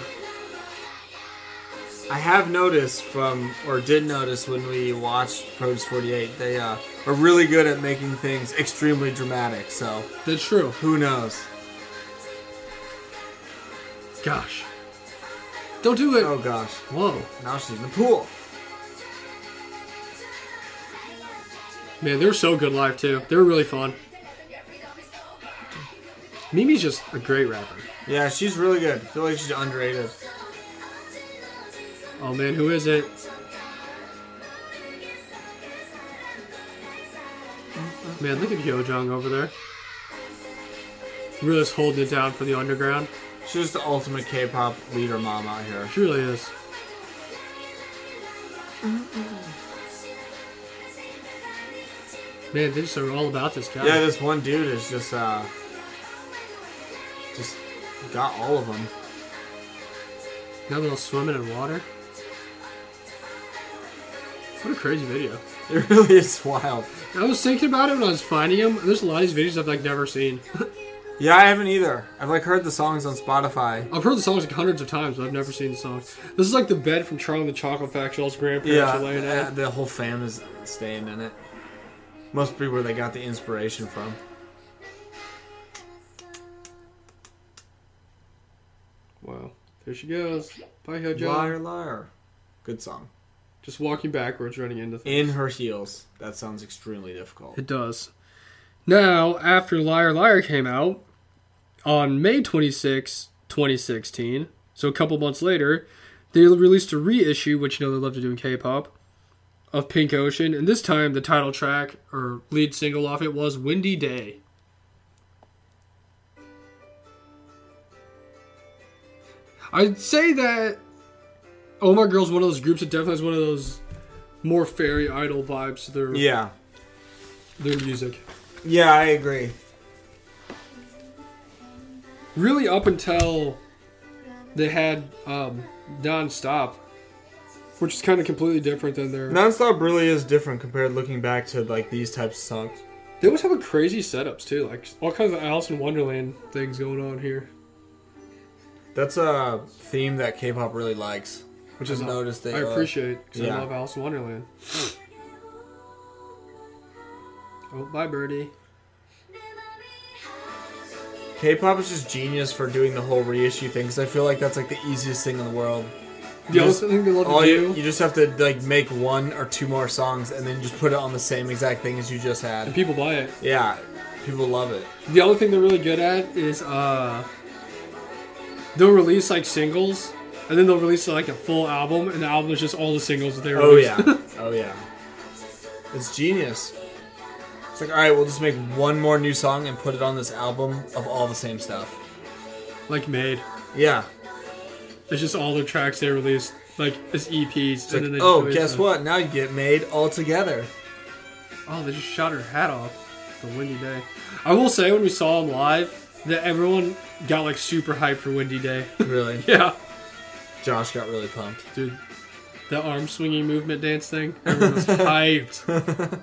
[SPEAKER 1] I have noticed from, or did notice when we watched Produce 48, they uh, are really good at making things extremely dramatic. So
[SPEAKER 2] That's true.
[SPEAKER 1] who knows?
[SPEAKER 2] Gosh. Don't do it.
[SPEAKER 1] Oh gosh,
[SPEAKER 2] Whoa.
[SPEAKER 1] now she's in the pool.
[SPEAKER 2] Man, they're so good live too. They're really fun. Mimi's just a great rapper.
[SPEAKER 1] Yeah, she's really good. I feel like she's underrated.
[SPEAKER 2] Oh man, who is it? Man, look at Hyojung over there. Really just holding it down for the underground.
[SPEAKER 1] She's the ultimate K-pop leader mom out here.
[SPEAKER 2] She really is. Man, they just are all about this guy.
[SPEAKER 1] Yeah, this one dude is just uh, just got all of them.
[SPEAKER 2] now they're all swimming in water. What a crazy video.
[SPEAKER 1] It really is wild.
[SPEAKER 2] I was thinking about it when I was finding them. There's a lot of these videos I've like never seen.
[SPEAKER 1] Yeah, I haven't either. I've like heard the songs on Spotify.
[SPEAKER 2] I've heard the songs like hundreds of times, but I've never seen the song. This is like the bed from Charlie and the Chocolate Factory. All his grandparents
[SPEAKER 1] Yeah,
[SPEAKER 2] are laying
[SPEAKER 1] the,
[SPEAKER 2] out.
[SPEAKER 1] the whole fam is staying in it. Must be where they got the inspiration from.
[SPEAKER 2] Wow, there she goes. Bye, Hojo.
[SPEAKER 1] Liar, liar. Good song.
[SPEAKER 2] Just walking backwards, running into. Things.
[SPEAKER 1] In her heels. That sounds extremely difficult.
[SPEAKER 2] It does. Now, after Liar Liar came out on May 26, 2016, so a couple months later, they released a reissue, which you know they love to do in K pop, of Pink Ocean. And this time, the title track or lead single off it was Windy Day. I'd say that Oh My Girl's one of those groups that definitely has one of those more fairy idol vibes to their,
[SPEAKER 1] Yeah.
[SPEAKER 2] their music.
[SPEAKER 1] Yeah, I agree.
[SPEAKER 2] really up until they had um, nonstop, which is kind of completely different than their.
[SPEAKER 1] Nonstop really is different compared looking back to like these types of songs.
[SPEAKER 2] They always have a crazy setups too, like all kinds of Alice in Wonderland things going on here,
[SPEAKER 1] That's a theme that K-pop really likes.
[SPEAKER 2] which
[SPEAKER 1] I've
[SPEAKER 2] is
[SPEAKER 1] noticed they,
[SPEAKER 2] I
[SPEAKER 1] uh,
[SPEAKER 2] appreciate because I
[SPEAKER 1] yeah. Hmm.
[SPEAKER 2] love Alice in Wonderland. oh, bye, Birdie.
[SPEAKER 1] K-pop is just genius for doing the whole reissue thing because I feel like that's like the easiest thing in the world.
[SPEAKER 2] The other
[SPEAKER 1] Just-
[SPEAKER 2] thing they love
[SPEAKER 1] All
[SPEAKER 2] to
[SPEAKER 1] you,
[SPEAKER 2] do,
[SPEAKER 1] you just have to like make one or two more songs and then just put it on the same exact thing as you just
[SPEAKER 2] and
[SPEAKER 1] had.
[SPEAKER 2] people buy it.
[SPEAKER 1] Yeah, people love it.
[SPEAKER 2] The other thing they're really good at is uh, they'll release like singles, and then they'll release like a full album, and the album is just all the singles that they
[SPEAKER 1] Oh
[SPEAKER 2] released.
[SPEAKER 1] yeah, oh yeah. It's genius. It's like all right, we'll just make one more new song and put it on this album of all the same stuff.
[SPEAKER 2] like made.
[SPEAKER 1] Yeah.
[SPEAKER 2] It's just all the tracks they released, like as EPs.
[SPEAKER 1] It's
[SPEAKER 2] and then
[SPEAKER 1] like,
[SPEAKER 2] they
[SPEAKER 1] oh,
[SPEAKER 2] just
[SPEAKER 1] guess
[SPEAKER 2] released
[SPEAKER 1] what? Now you get made all together.
[SPEAKER 2] them. Oh, they just shot her hat off. The windy day. I will say when we saw them live, that everyone got like super hyped for Windy Day.
[SPEAKER 1] Really?
[SPEAKER 2] yeah,
[SPEAKER 1] Josh got really pumped.
[SPEAKER 2] dude, the arm swinging movement dance thing. Everyone was hyped.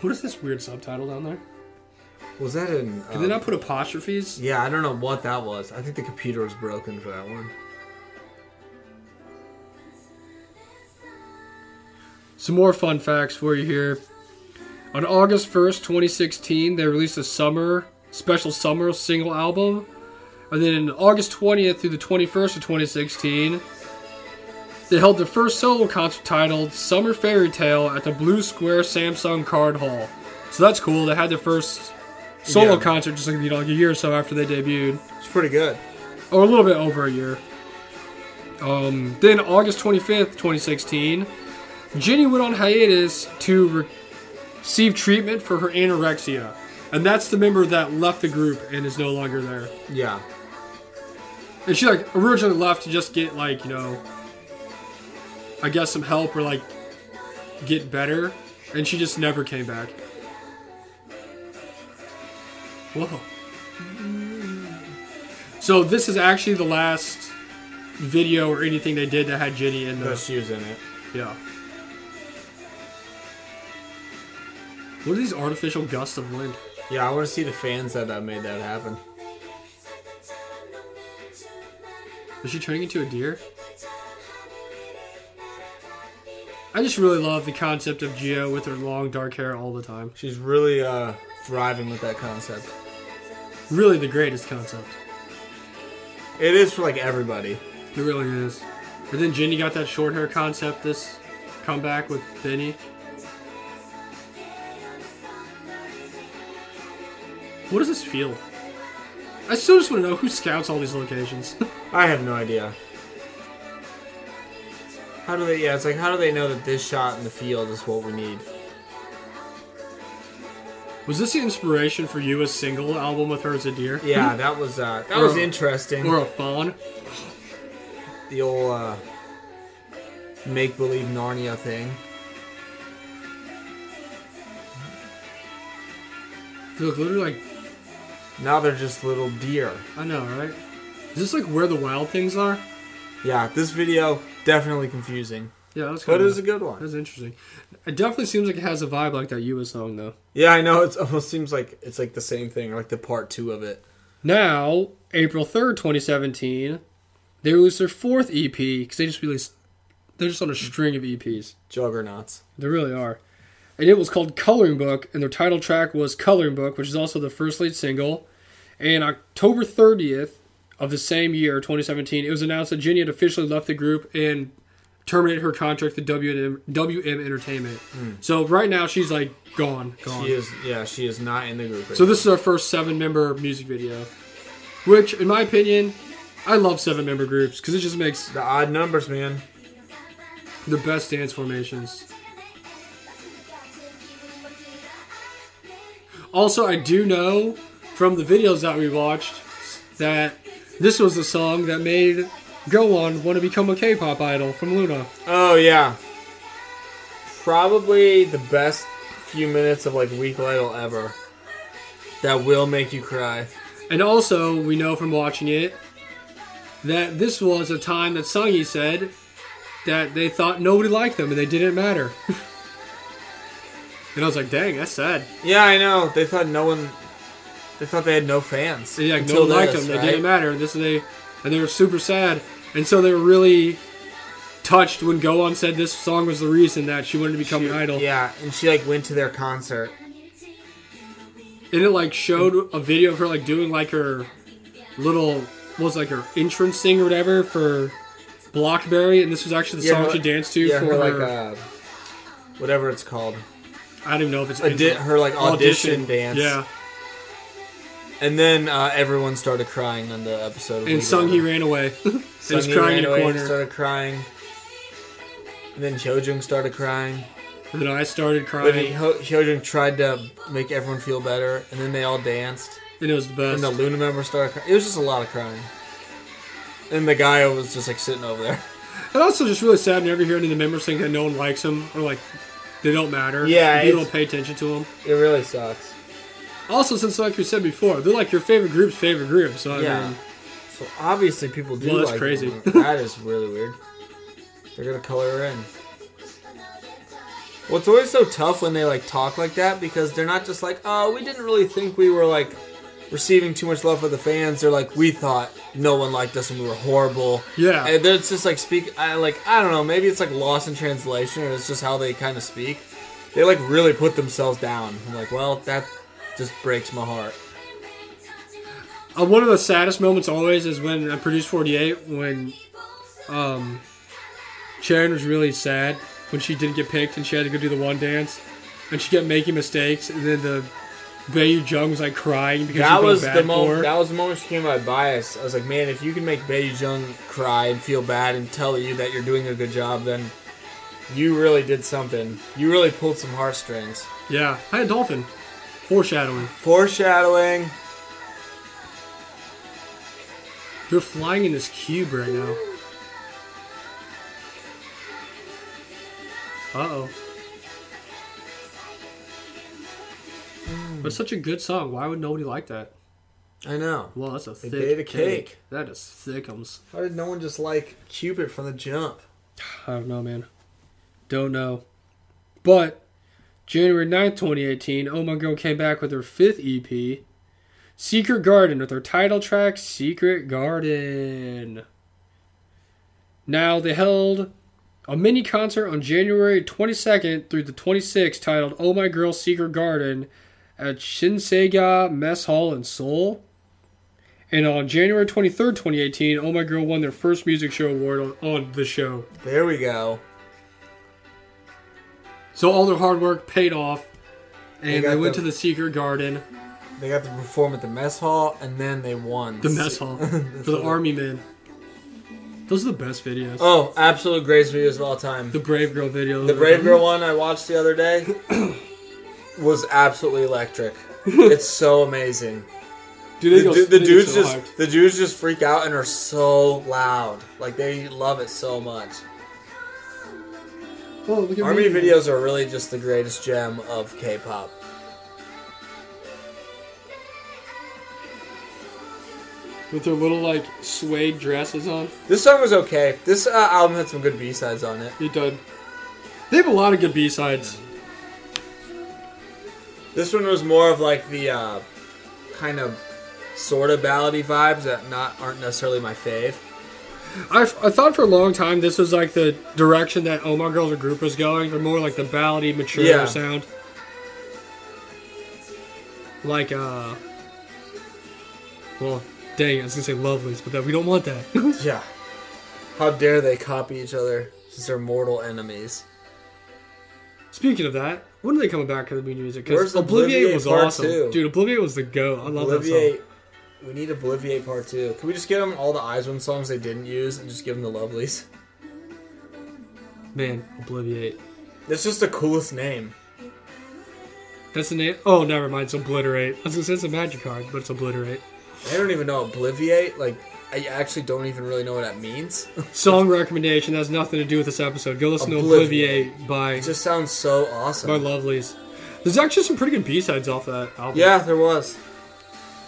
[SPEAKER 2] What is this weird subtitle down there?
[SPEAKER 1] Was that in?
[SPEAKER 2] Did they
[SPEAKER 1] um,
[SPEAKER 2] not put apostrophes?
[SPEAKER 1] Yeah, I don't know what that was. I think the computer was broken for that one.
[SPEAKER 2] Some more fun facts for you here. On August 1st, 2016, they released a summer special summer single album. And then August 20th through the 21st of 2016, they held their first solo concert titled Summer Fairy Tale at the Blue Square Samsung Card Hall. So that's cool. They had their first solo
[SPEAKER 1] Yeah.
[SPEAKER 2] concert just like, you know, like a year or so after they debuted
[SPEAKER 1] It's pretty good.
[SPEAKER 2] or a little bit over a year. Um, then August 25th, 2016, Jenny went on hiatus to re- receive treatment for her anorexia. And that's the member that left the group and is no longer there.
[SPEAKER 1] Yeah.
[SPEAKER 2] And she like originally left to just get like, you know, I guess some help or like get better. And she just never came back. Whoa. So this is actually the last video or anything they did that had Jenny in
[SPEAKER 1] No
[SPEAKER 2] the
[SPEAKER 1] shoes in it.
[SPEAKER 2] yeah. What are these artificial gusts of wind?
[SPEAKER 1] Yeah, I want to see the fans that, that made that happen.
[SPEAKER 2] Is she turning into a deer? I just really love the concept of Geo with her long dark hair all the time.
[SPEAKER 1] She's really uh, thriving with that concept.
[SPEAKER 2] Really, the greatest concept.
[SPEAKER 1] It is for like everybody.
[SPEAKER 2] It really is. And then Jenny got that short hair concept this comeback with Benny. What does this feel? I still just want to know who scouts all these locations.
[SPEAKER 1] I have no idea. How do they? Yeah, it's like how do they know that this shot in the field is what we need?
[SPEAKER 2] was this the inspiration for you a single album with her as a deer?
[SPEAKER 1] Yeah, that was uh, that
[SPEAKER 2] Hmm. Or-
[SPEAKER 1] was interesting.
[SPEAKER 2] Or a fawn?
[SPEAKER 1] the old uh, make believe Narnia thing.
[SPEAKER 2] They look literally like
[SPEAKER 1] Now they're just little deer.
[SPEAKER 2] I know, right? Is this like where the wild things are?
[SPEAKER 1] Yeah, this video definitely confusing,
[SPEAKER 2] Yeah, that's
[SPEAKER 1] but
[SPEAKER 2] kind
[SPEAKER 1] it
[SPEAKER 2] of
[SPEAKER 1] was a good one.
[SPEAKER 2] that's interesting. It definitely seems like it has a vibe like that Yua song though.
[SPEAKER 1] Yeah, I know. It almost seems like it's like the same thing, like the part two of it.
[SPEAKER 2] Now, April third, twenty seventeen, they released their fourth EP because they just released. They're just on a string of E EPs.
[SPEAKER 1] Juggernauts.
[SPEAKER 2] They really are, and it was called Coloring Book, and their title track was Coloring Book, which is also the first lead single. And October thirtieth of the same year, twenty seventeen, it was announced that Ginny had officially left the group and terminated her contract with WM, WM Entertainment. So right now she's like gone, gone.
[SPEAKER 1] Hmm. She is. Yeah, she is not in the group.
[SPEAKER 2] So this is our first seven-member music video, which, in my opinion, I love seven-member groups because it just makes
[SPEAKER 1] the odd numbers, man.
[SPEAKER 2] the best dance formations. Also, I do know from the videos that we watched that this was the song that made Go On want to become a K-pop idol from Luna.
[SPEAKER 1] Oh yeah. Probably the best few minutes of like Week Idol ever. That will make you cry.
[SPEAKER 2] And also, we know from watching it that this was a time that Sungi said that they thought nobody liked them and they didn't matter. and I was like, dang, that's sad.
[SPEAKER 1] Yeah, I know. They thought no one. They thought they had no fans.
[SPEAKER 2] They like,
[SPEAKER 1] until
[SPEAKER 2] nobody liked
[SPEAKER 1] this,
[SPEAKER 2] them.
[SPEAKER 1] right?
[SPEAKER 2] They didn't matter. And this and they and they were super sad. And so they were really touched when Gohan said this song was the reason that she wanted to become an idol.
[SPEAKER 1] Yeah, and she like went to their concert.
[SPEAKER 2] And it like showed a video of her like doing like her little what was it, like her entrance thing or whatever for Blockberry, and this was actually the
[SPEAKER 1] Yeah,
[SPEAKER 2] song
[SPEAKER 1] her-
[SPEAKER 2] she danced to
[SPEAKER 1] yeah,
[SPEAKER 2] for
[SPEAKER 1] her, like
[SPEAKER 2] her-
[SPEAKER 1] uh, whatever it's called,
[SPEAKER 2] I don't even know if it's
[SPEAKER 1] Audi-
[SPEAKER 2] entrance-
[SPEAKER 1] her like audition, dance.
[SPEAKER 2] Yeah,
[SPEAKER 1] And then uh, everyone started crying on the episode. Of
[SPEAKER 2] and
[SPEAKER 1] Leave It
[SPEAKER 2] Sung he
[SPEAKER 1] Alone.
[SPEAKER 2] ran away. and was
[SPEAKER 1] Sunghee
[SPEAKER 2] crying
[SPEAKER 1] ran
[SPEAKER 2] in a
[SPEAKER 1] away and
[SPEAKER 2] corner.
[SPEAKER 1] started crying. And then Hyojung started crying.
[SPEAKER 2] And then I started
[SPEAKER 1] But then
[SPEAKER 2] crying,
[SPEAKER 1] Hyo- Hyojung tried to make everyone feel better, and then they all danced.
[SPEAKER 2] and it was the
[SPEAKER 1] And
[SPEAKER 2] best.
[SPEAKER 1] the Luna member started. Crying. It was just a lot of crying. And the guy was just like sitting over there.
[SPEAKER 2] And also just really sad whenever you hear any of the members think that no one likes them or like they don't matter.
[SPEAKER 1] Yeah,
[SPEAKER 2] and people
[SPEAKER 1] it's-
[SPEAKER 2] don't pay attention to them.
[SPEAKER 1] It really sucks.
[SPEAKER 2] Also, since like we said before, they're like your favorite group's favorite group. So I
[SPEAKER 1] Yeah.
[SPEAKER 2] mean,
[SPEAKER 1] So obviously people do.
[SPEAKER 2] Well, that's
[SPEAKER 1] like
[SPEAKER 2] crazy.
[SPEAKER 1] Luna. that is really weird. They're gonna color her in. Well, it's always so tough when they like talk like that because they're not just like, oh, we didn't really think we were like receiving too much love from the fans. They're like, we thought no one liked us and we were horrible.
[SPEAKER 2] Yeah.
[SPEAKER 1] And then it's just like speak. I like I don't know. Maybe it's like lost in translation, or it's just how they kind of speak. They like really put themselves down. I'm like, well, that just breaks my heart.
[SPEAKER 2] uh, one of the saddest moments always is when I produced 48 when um, Sharon was really sad when she didn't get picked and she had to go do the one dance and she kept making mistakes and then the Bayu Jung was like crying because she
[SPEAKER 1] That
[SPEAKER 2] felt
[SPEAKER 1] was
[SPEAKER 2] bad
[SPEAKER 1] the
[SPEAKER 2] for
[SPEAKER 1] moment.
[SPEAKER 2] her.
[SPEAKER 1] That was the moment she came by bias. I was like, man, if you can make Bae Jung cry and feel bad and tell you that you're doing a good job, then you really did something. You really pulled some heartstrings.
[SPEAKER 2] yeah, I had dolphin foreshadowing.
[SPEAKER 1] Foreshadowing.
[SPEAKER 2] They're flying in this cube right now. Uh oh. But such a good song. Why would nobody like that?
[SPEAKER 1] I know.
[SPEAKER 2] Well, that's a thick
[SPEAKER 1] did a cake.
[SPEAKER 2] That is thickums.
[SPEAKER 1] How did no one just like Cupid from the jump?
[SPEAKER 2] I don't know, man. Don't know. But January 9th, 2018, Oh My Girl came back with her fifth E EP, Secret Garden, with her title track, Secret Garden. Now, they held a mini concert on January 22nd through the 26th titled Oh My Girl Secret Garden at Shinseiga Mess Hall in Seoul. And on January 23rd, 2018, Oh My Girl won their first music show award on, on the show.
[SPEAKER 1] There we go.
[SPEAKER 2] So all their hard work paid off, and
[SPEAKER 1] got
[SPEAKER 2] they went
[SPEAKER 1] the-
[SPEAKER 2] to the secret garden,
[SPEAKER 1] They got to perform at the mess hall, and then they won.
[SPEAKER 2] the mess hall, for the army men. Those are the best videos.
[SPEAKER 1] Oh, absolute greatest videos of all time.
[SPEAKER 2] the Brave Girl video.
[SPEAKER 1] The Brave Girl one I watched the other day was absolutely electric. It's so amazing.
[SPEAKER 2] Dude,
[SPEAKER 1] The,
[SPEAKER 2] they go-
[SPEAKER 1] du- the
[SPEAKER 2] they get
[SPEAKER 1] dudes
[SPEAKER 2] so
[SPEAKER 1] just
[SPEAKER 2] hyped.
[SPEAKER 1] the dudes just freak out and are so loud. Like they love it so much.
[SPEAKER 2] Oh, look at
[SPEAKER 1] Army
[SPEAKER 2] me.
[SPEAKER 1] videos are really just the greatest gem of K-pop.
[SPEAKER 2] with their little like suede dresses on.
[SPEAKER 1] This song was okay. This uh, album had some good B-sides on it.
[SPEAKER 2] It done. They have a lot of good B sides.
[SPEAKER 1] This one was more of like the uh, kind of sort of ballady vibes that not aren't necessarily my fave.
[SPEAKER 2] I, I thought for a long time this was like the direction that Oh My Girls a group was going. They're more like the ballady, mature
[SPEAKER 1] Yeah.
[SPEAKER 2] sound. Like uh, well, dang, I was gonna say Lovelies, but that we don't want that.
[SPEAKER 1] Yeah. How dare they copy each other since they're mortal enemies.
[SPEAKER 2] Speaking of that, when are they coming back to the music?
[SPEAKER 1] Where's
[SPEAKER 2] Because Obliviate
[SPEAKER 1] Obliviate
[SPEAKER 2] was
[SPEAKER 1] Part
[SPEAKER 2] awesome,
[SPEAKER 1] Two?
[SPEAKER 2] dude. Obliviate was the go. I love that song.
[SPEAKER 1] Obliviate. We need Obliviate Part 2. Can we just give them all the Icewind songs they didn't use and just give them the Lovelies?
[SPEAKER 2] Man, Obliviate.
[SPEAKER 1] That's just the coolest name.
[SPEAKER 2] That's the name. Oh, never mind. It's Obliterate. I was gonna say it's a magic card, but it's Obliterate.
[SPEAKER 1] I don't even know Obliviate. Like, I actually don't even really know what that means.
[SPEAKER 2] Song recommendation that has nothing to do with this episode. Go listen
[SPEAKER 1] Obliviate.
[SPEAKER 2] to Obliviate by
[SPEAKER 1] it just sounds so awesome.
[SPEAKER 2] by Lovelies. There's actually some pretty good B sides off that album.
[SPEAKER 1] Yeah, there was.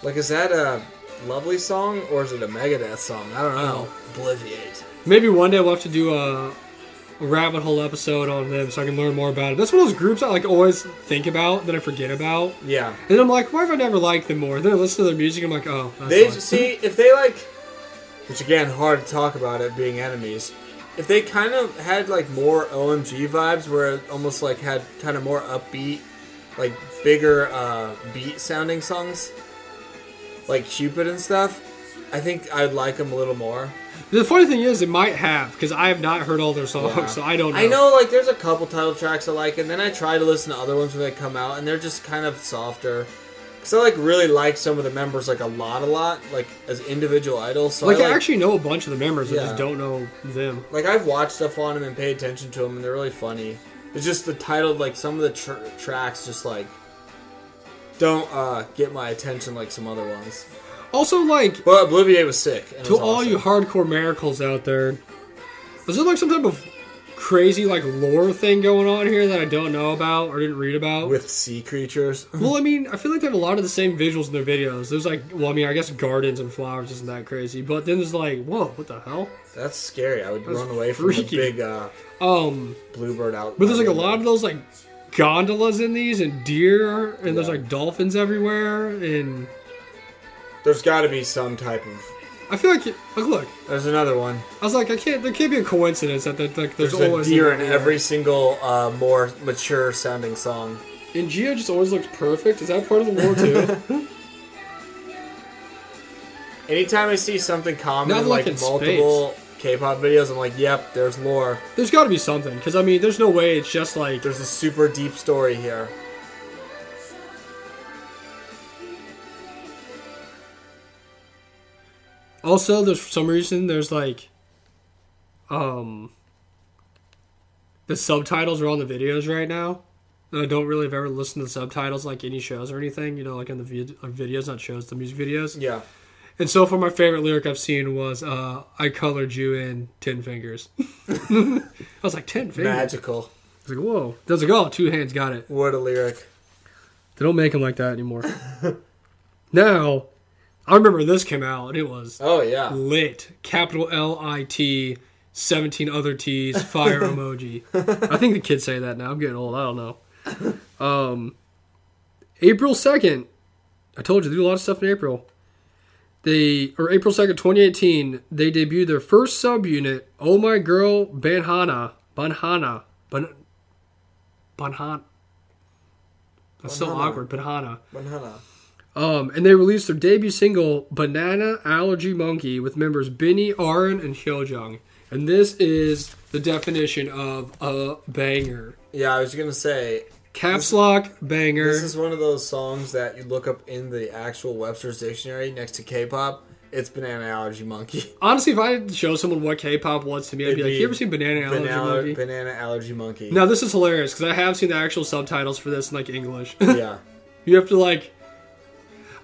[SPEAKER 1] Like, is that a lovely song or is it a Megadeth song? I don't know. Obliviate.
[SPEAKER 2] Maybe one day we'll have to do a, a rabbit hole episode on them so I can learn more about it. That's one of those groups I like always think about that I forget about.
[SPEAKER 1] Yeah.
[SPEAKER 2] And I'm like, why have I never liked them more? Then I listen to their music, I'm like, oh, that's
[SPEAKER 1] They
[SPEAKER 2] why.
[SPEAKER 1] see if they like, which again hard to talk about it being enemies. If they kind of had like more OMG vibes, where it almost like had kind of more upbeat, like bigger uh, beat sounding songs, like Cupid and stuff, I think I'd like them a little more.
[SPEAKER 2] The funny thing is, it might have because I have not heard all their songs,
[SPEAKER 1] Yeah.
[SPEAKER 2] Oh, so I don't. know.
[SPEAKER 1] I know like there's a couple title tracks I like, and then I try to listen to other ones when they come out, and they're just kind of softer. Cause I like really like some of the members like a lot, a lot, like as individual idols. So
[SPEAKER 2] Like,
[SPEAKER 1] I, like
[SPEAKER 2] I actually know a bunch of the members, I
[SPEAKER 1] Yeah.
[SPEAKER 2] just don't know them.
[SPEAKER 1] like I've watched stuff on them and paid attention to them, and they're really funny. It's just the title, like some of the tr- tracks, just like don't uh, get my attention like some other ones.
[SPEAKER 2] Also, like
[SPEAKER 1] But Obliviate was sick. and it
[SPEAKER 2] to
[SPEAKER 1] was
[SPEAKER 2] all
[SPEAKER 1] awesome.
[SPEAKER 2] you hardcore miracles out there, is there like some type of crazy like lore thing going on here that I don't know about or didn't read about?
[SPEAKER 1] with sea creatures,
[SPEAKER 2] well, I mean, I feel like they have a lot of the same visuals in their videos. There's like, well, I mean, I guess gardens and flowers isn't that crazy, but then there's like, whoa, what the hell?
[SPEAKER 1] that's scary. I would
[SPEAKER 2] That's
[SPEAKER 1] run away from
[SPEAKER 2] freaky.
[SPEAKER 1] a big uh,
[SPEAKER 2] Um,
[SPEAKER 1] bluebird out.
[SPEAKER 2] but there's like a lot of those like gondolas in these and deer and there's
[SPEAKER 1] Yeah.
[SPEAKER 2] like dolphins everywhere and
[SPEAKER 1] There's got to be some type of.
[SPEAKER 2] I feel like it- like look,
[SPEAKER 1] There's another one.
[SPEAKER 2] I was like, I can't. There can't be a coincidence that that like there's,
[SPEAKER 1] There's a
[SPEAKER 2] always
[SPEAKER 1] deer in every single uh, more mature sounding song.
[SPEAKER 2] And Geo just always looks perfect. Is that part of the lore too?
[SPEAKER 1] Anytime I see something common
[SPEAKER 2] Not
[SPEAKER 1] in
[SPEAKER 2] like
[SPEAKER 1] like
[SPEAKER 2] in space.
[SPEAKER 1] multiple K-pop videos, I'm like, yep, there's lore.
[SPEAKER 2] there's got to be something because I mean, there's no way it's just like
[SPEAKER 1] There's a super deep story here.
[SPEAKER 2] Also, there's for some reason there's like, um, the subtitles are on the videos right now. And I don't really have ever listened to the subtitles like any shows or anything. You know, like in the vid- uh, videos, not shows, the music videos.
[SPEAKER 1] Yeah.
[SPEAKER 2] And so far, my favorite lyric I've seen was uh, "I colored you in ten fingers." I was like, 10 fingers."
[SPEAKER 1] Magical.
[SPEAKER 2] I was like, "Whoa!" I was like, "Oh, two hands got it."
[SPEAKER 1] What a lyric.
[SPEAKER 2] They don't make them like that anymore. now, I remember this came out and it was
[SPEAKER 1] Oh, yeah.
[SPEAKER 2] lit. Capital L I T, 17 other T's, fire emoji. I think the kids say that now. I'm getting old. I don't know. Um, April 2nd. I told you, they do a lot of stuff in April. They or April second, twenty eighteen, they debuted their first subunit, Oh My Girl Banhana. Banhana. Ban Banhan That's so
[SPEAKER 1] Banhana.
[SPEAKER 2] awkward, Banhana.
[SPEAKER 1] Banana.
[SPEAKER 2] Um, and they released their debut single, Banana Allergy Monkey, with members Binny, Arin, and Hyojung. And this is the definition of a banger.
[SPEAKER 1] Yeah, I was gonna say
[SPEAKER 2] Caps lock banger.
[SPEAKER 1] This is one of those songs that you look up in the actual Webster's Dictionary next to K-pop. It's Banana Allergy Monkey.
[SPEAKER 2] Honestly, if I had to show someone what K-pop was to me, I'd
[SPEAKER 1] It'd
[SPEAKER 2] be like,
[SPEAKER 1] be
[SPEAKER 2] "You ever seen Banana Allergy
[SPEAKER 1] Banana,
[SPEAKER 2] Monkey?"
[SPEAKER 1] banana Allergy Monkey.
[SPEAKER 2] Now this is hilarious because I have seen the actual subtitles for this in like English.
[SPEAKER 1] Yeah.
[SPEAKER 2] you have to like.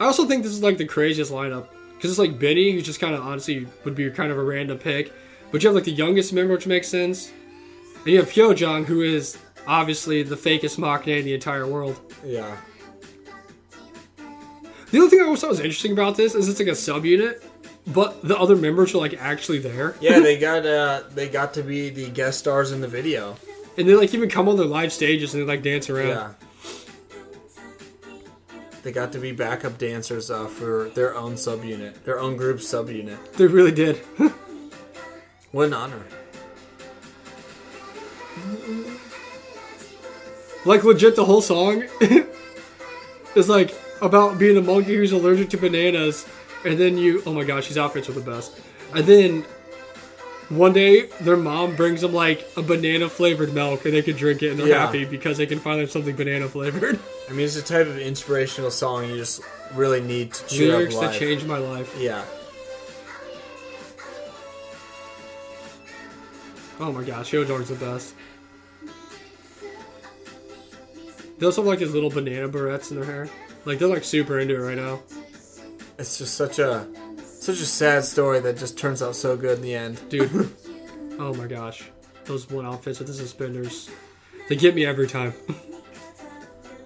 [SPEAKER 2] I also think this is like the craziest lineup because it's like Benny, who's just kind of honestly would be kind of a random pick, but you have like the youngest member, which makes sense, and you have Hyojung, who is obviously the fakest Machne in the entire world.
[SPEAKER 1] Yeah.
[SPEAKER 2] The other thing I always thought was interesting about this is it's like a subunit, but the other members are like actually there.
[SPEAKER 1] Yeah, they got uh they got to be the guest stars in the video.
[SPEAKER 2] And they like even come on their live stages and they like dance around.
[SPEAKER 1] Yeah. They got to be backup dancers uh, for their own subunit, their own group subunit.
[SPEAKER 2] They really did.
[SPEAKER 1] What an honor.
[SPEAKER 2] like legit the whole song is like about being a monkey who's allergic to bananas and then you oh my gosh, his outfits are the best. And then one day their mom brings them like a banana flavored milk and they can drink it and they're
[SPEAKER 1] Yeah.
[SPEAKER 2] happy because they can finally have something banana flavored.
[SPEAKER 1] I mean, it's a type of inspirational song you just really need to cheer
[SPEAKER 2] Lyrics
[SPEAKER 1] up
[SPEAKER 2] that
[SPEAKER 1] life.
[SPEAKER 2] changed my life.
[SPEAKER 1] Yeah.
[SPEAKER 2] Oh my gosh, Hyojung's the best. They also have like his little banana barrettes in their hair. Like they're like super into it right now.
[SPEAKER 1] It's just such a such a sad story that just turns out so good in the end.
[SPEAKER 2] Dude. oh my gosh. Those one outfits with the suspenders. They get me every time.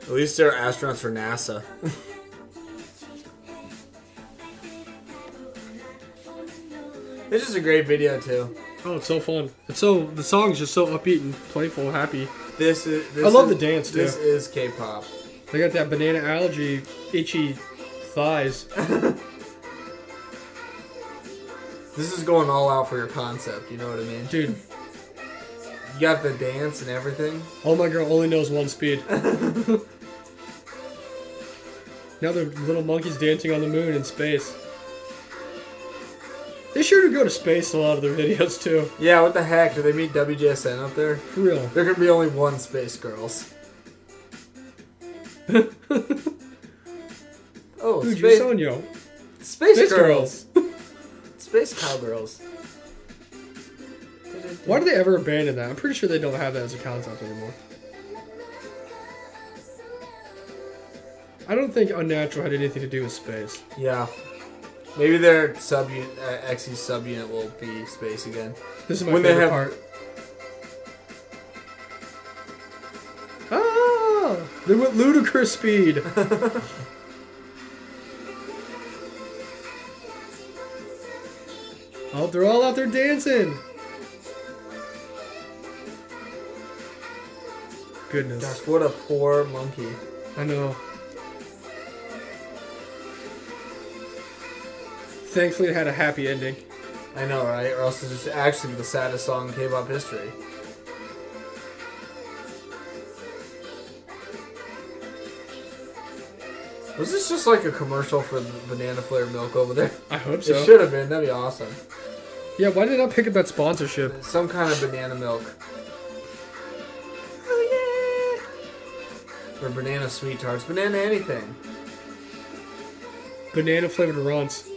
[SPEAKER 1] At least they're astronauts for NASA. this is a great video too.
[SPEAKER 2] oh, it's so fun. It's so the song's just so upbeat and playful, and happy.
[SPEAKER 1] This is. This
[SPEAKER 2] I love
[SPEAKER 1] is-
[SPEAKER 2] the dance, too.
[SPEAKER 1] This is K-pop.
[SPEAKER 2] They got that banana allergy itchy thighs.
[SPEAKER 1] This is going all out for your concept. You know what I mean?
[SPEAKER 2] Dude,
[SPEAKER 1] You got the dance and everything.
[SPEAKER 2] oh my girl only knows one speed. now they're little monkeys dancing on the moon in space. They sure do go to space in a lot of their videos too.
[SPEAKER 1] Yeah. What the heck? Do they meet WJSN up there?
[SPEAKER 2] For real.
[SPEAKER 1] There can be only one Space Girls. oh,
[SPEAKER 2] Dude,
[SPEAKER 1] space,
[SPEAKER 2] Sonyo.
[SPEAKER 1] space,
[SPEAKER 2] Space
[SPEAKER 1] girls.
[SPEAKER 2] girls.
[SPEAKER 1] Space Cowgirls.
[SPEAKER 2] Why did they ever abandon that? I'm pretty sure they don't have that as a concept anymore. I don't think unnatural had anything to do with space.
[SPEAKER 1] Yeah. Maybe their subunit, uh, XE subunit will be space again.
[SPEAKER 2] This is my
[SPEAKER 1] When they
[SPEAKER 2] favorite
[SPEAKER 1] have-
[SPEAKER 2] part. Ah! They went ludicrous speed. oh, they're all out there dancing. Goodness.
[SPEAKER 1] Gosh, what a poor monkey.
[SPEAKER 2] I know. Thankfully, it had a happy ending.
[SPEAKER 1] I know, right? Or else it's just actually the saddest song in K-pop history. Was this just like a commercial for the banana flavored milk over there?
[SPEAKER 2] I hope
[SPEAKER 1] It should have been. That'd be awesome.
[SPEAKER 2] Yeah, why did I pick up that sponsorship?
[SPEAKER 1] Some kind of banana milk.
[SPEAKER 2] Oh,
[SPEAKER 1] Or banana sweet tarts. Banana anything.
[SPEAKER 2] Banana flavored runs.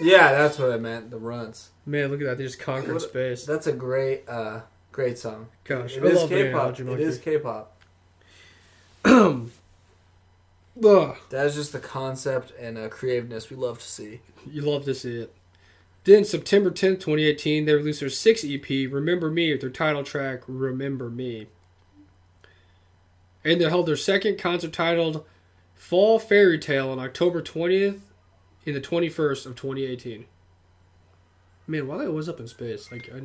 [SPEAKER 1] Yeah, that's what I meant. The runs.
[SPEAKER 2] Man, look at that. They just conquered
[SPEAKER 1] What-
[SPEAKER 2] space.
[SPEAKER 1] That's a great, uh, great song.
[SPEAKER 2] Gosh,
[SPEAKER 1] It
[SPEAKER 2] I
[SPEAKER 1] is
[SPEAKER 2] love Banana
[SPEAKER 1] K-pop.
[SPEAKER 2] Allergy
[SPEAKER 1] It
[SPEAKER 2] Monkey.
[SPEAKER 1] is K-pop.
[SPEAKER 2] Ugh,
[SPEAKER 1] That is just the concept and uh, creativeness we love to see.
[SPEAKER 2] you love to see it. Then, September 10th, 2018, they released their sixth EP, Remember Me, with their title track, Remember Me. And they held their second concert titled Fall Fairy Tale on October 20th in the 21st of 2018. Man, why they always up in space? Like, I,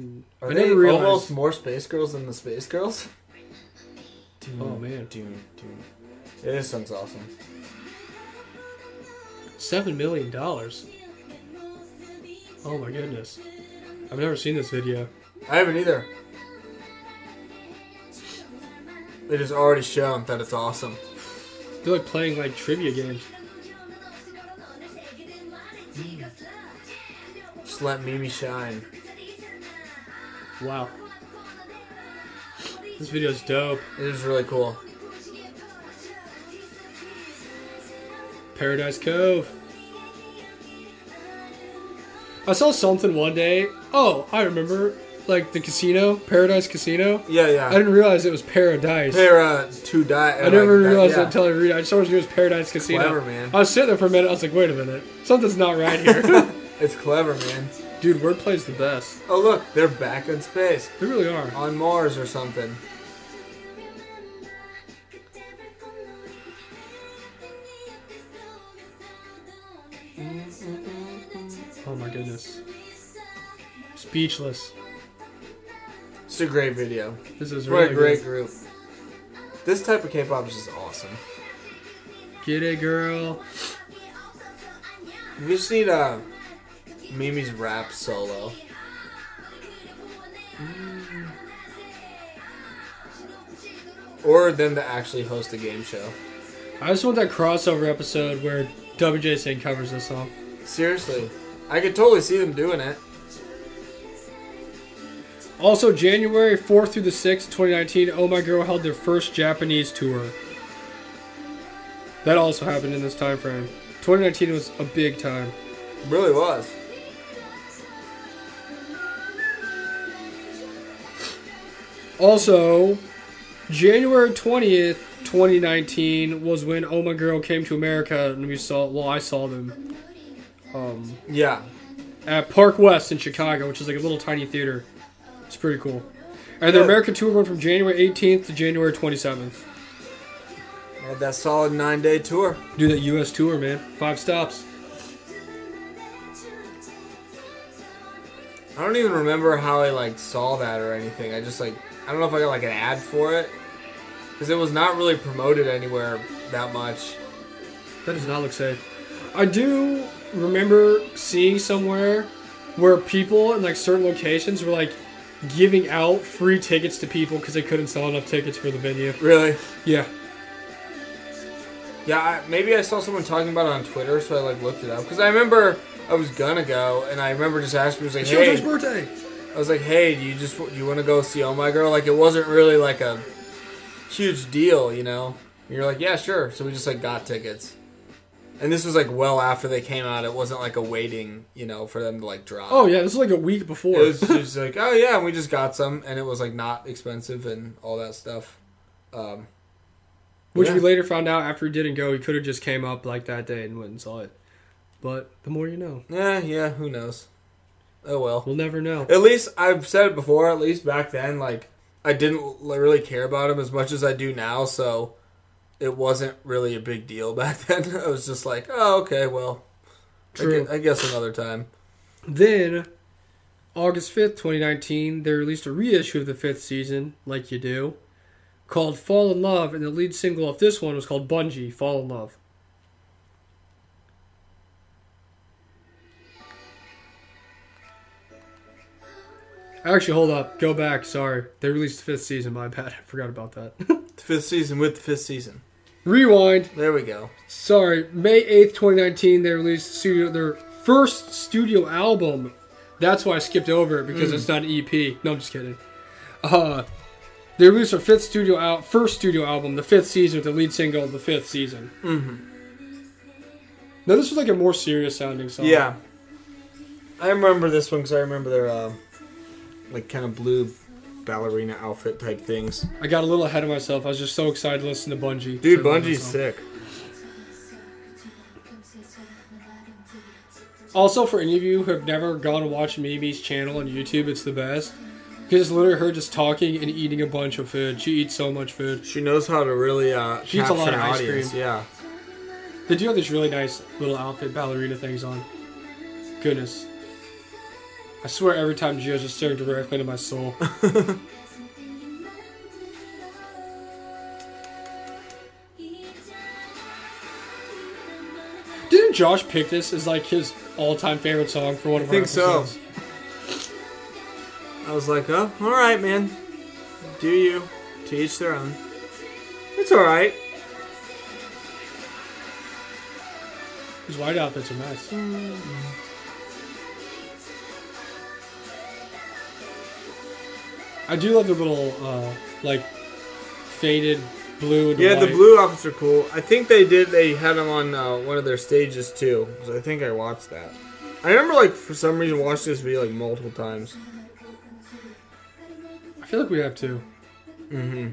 [SPEAKER 1] Are
[SPEAKER 2] I
[SPEAKER 1] they
[SPEAKER 2] never realized.
[SPEAKER 1] almost more Space Girls than the Space Girls? Dude,
[SPEAKER 2] Oh, man.
[SPEAKER 1] dude, dude. Yeah, this song's awesome.
[SPEAKER 2] Seven million dollars. Oh my goodness. I've never seen this video.
[SPEAKER 1] I haven't either. It is already shown that it's awesome.
[SPEAKER 2] They're like playing like trivia games.
[SPEAKER 1] Just let Mimi shine.
[SPEAKER 2] Wow. This video's dope.
[SPEAKER 1] It is really cool.
[SPEAKER 2] Paradise Cove. I saw something one day. Oh, I remember. Like the casino, Paradise Casino.
[SPEAKER 1] Yeah,
[SPEAKER 2] I
[SPEAKER 1] yeah.
[SPEAKER 2] didn't realize it was Paradise.
[SPEAKER 1] They're uh, two die.
[SPEAKER 2] I never realized
[SPEAKER 1] yeah.
[SPEAKER 2] that until I read. it. I just always knew it was Paradise Casino.
[SPEAKER 1] Clever, man.
[SPEAKER 2] I was sitting there for a minute. I was like, wait a minute, something's not right here.
[SPEAKER 1] It's clever, man.
[SPEAKER 2] Dude, wordplay's the best.
[SPEAKER 1] Oh look, they're back in space
[SPEAKER 2] They really are.
[SPEAKER 1] on Mars or something.
[SPEAKER 2] Oh my goodness. Speechless.
[SPEAKER 1] It's a great video.
[SPEAKER 2] This is
[SPEAKER 1] What
[SPEAKER 2] really
[SPEAKER 1] a great
[SPEAKER 2] good.
[SPEAKER 1] group. This type of K-pop is just awesome.
[SPEAKER 2] Get it, girl.
[SPEAKER 1] You just need uh, Mimi's rap solo. Mm. Or them to actually host a game show.
[SPEAKER 2] I just want that crossover episode where WJ Singh covers this song.
[SPEAKER 1] Seriously, I could totally see them doing it.
[SPEAKER 2] Also, January 4th through the 6th, 2019, Oh My Girl held their first Japanese tour. That also happened in this time frame. 2019 was a big time.
[SPEAKER 1] It really was.
[SPEAKER 2] Also, January 20th, 2019 was when Oh My Girl came to America and we saw, well, I saw them um,
[SPEAKER 1] Yeah,
[SPEAKER 2] at Park West in Chicago, which is like a little tiny theater. It's pretty cool. And their
[SPEAKER 1] Yeah.
[SPEAKER 2] American tour went from January 18th to January 27th.
[SPEAKER 1] they had that solid nine-day tour.
[SPEAKER 2] Do that U.S. tour, man. Five stops.
[SPEAKER 1] I don't even remember how I like saw that or anything. I just like I don't know if I got like an ad for it because it was not really promoted anywhere that much.
[SPEAKER 2] That does not look safe. I do remember seeing somewhere where people in like certain locations were like giving out free tickets to people because they couldn't sell enough tickets for the venue.
[SPEAKER 1] Really?
[SPEAKER 2] Yeah.
[SPEAKER 1] Yeah, I, maybe I saw someone talking about it on Twitter, so I like looked it up because I remember I was gonna go and I remember just asking. I was like,
[SPEAKER 2] Children's
[SPEAKER 1] hey,
[SPEAKER 2] birthday.
[SPEAKER 1] I was like, hey, do you just do you want to go see Oh My Girl? Like it wasn't really like a huge deal, you know. And you're like, yeah, sure. So we just like got tickets. And this was like well after they came out. It wasn't like a waiting, you know, for them to like drop.
[SPEAKER 2] Oh yeah, this was like a week before.
[SPEAKER 1] It was just like, oh yeah, and we just got some, and it was like not expensive and all that stuff. Um,
[SPEAKER 2] Which
[SPEAKER 1] Yeah.
[SPEAKER 2] we later found out after he didn't go, he could have just came up like that day and went and saw it. But the more you know,
[SPEAKER 1] yeah, yeah, who knows? Oh well.
[SPEAKER 2] we'll never know.
[SPEAKER 1] At least I've said it before. At least back then, like I didn't l- really care about him as much as I do now, so it wasn't really a big deal back then. I was just like, oh okay, well, I
[SPEAKER 2] True.
[SPEAKER 1] gue- I guess another time.
[SPEAKER 2] Then, August 5th, 2019, they released a reissue of the fifth season, like you do, called Fall in Love, and the lead single of this one was called Bungie, Fall in Love. Actually, hold up. Go back. Sorry. They released the fifth season. My bad. I forgot about that.
[SPEAKER 1] The fifth season with the fifth season.
[SPEAKER 2] Rewind.
[SPEAKER 1] There we go.
[SPEAKER 2] Sorry, May 8th, 2019, they released studio their first studio album. That's why I skipped over it
[SPEAKER 1] Hmm.
[SPEAKER 2] because it's not an EP. No, I'm just kidding. Uh, they released their fifth studio out first studio album, the fifth season, with the lead single of the fifth season. Mm-hmm. Now this was like a more serious sounding song.
[SPEAKER 1] Yeah, I remember this one because I remember their uh, like kind of blue ballerina outfit type things.
[SPEAKER 2] I got a little ahead of myself. I was just so excited to listen to Bungie.
[SPEAKER 1] Dude,
[SPEAKER 2] So I love that
[SPEAKER 1] Bungie's
[SPEAKER 2] song.
[SPEAKER 1] sick.
[SPEAKER 2] Also, for any of you who have never gone to watch Mimi's channel on YouTube, it's the best. Because it's literally her just talking and eating a bunch of food. She eats so much food.
[SPEAKER 1] She knows how to really uh,
[SPEAKER 2] She eats
[SPEAKER 1] capture
[SPEAKER 2] a lot
[SPEAKER 1] an
[SPEAKER 2] of ice
[SPEAKER 1] audience.
[SPEAKER 2] cream.
[SPEAKER 1] Yeah,
[SPEAKER 2] They do have this really nice little outfit ballerina things on. Goodness. I swear every time Gio's just staring directly into my soul. Didn't Josh pick this as like his all-time favorite song for one of
[SPEAKER 1] I think
[SPEAKER 2] our
[SPEAKER 1] so.
[SPEAKER 2] episodes.
[SPEAKER 1] I was like, oh, all right, man. Do you? To each their own. It's all right.
[SPEAKER 2] These white outfits are nice. I do love the little, uh, like, faded blue. And
[SPEAKER 1] Yeah, the
[SPEAKER 2] white.
[SPEAKER 1] blue outfits are cool. I think they did. They had them on uh, one of their stages too. 'cause I think I watched that. I remember, like, for some reason, watched this video like multiple times.
[SPEAKER 2] I feel like we have to.
[SPEAKER 1] Mm-hmm.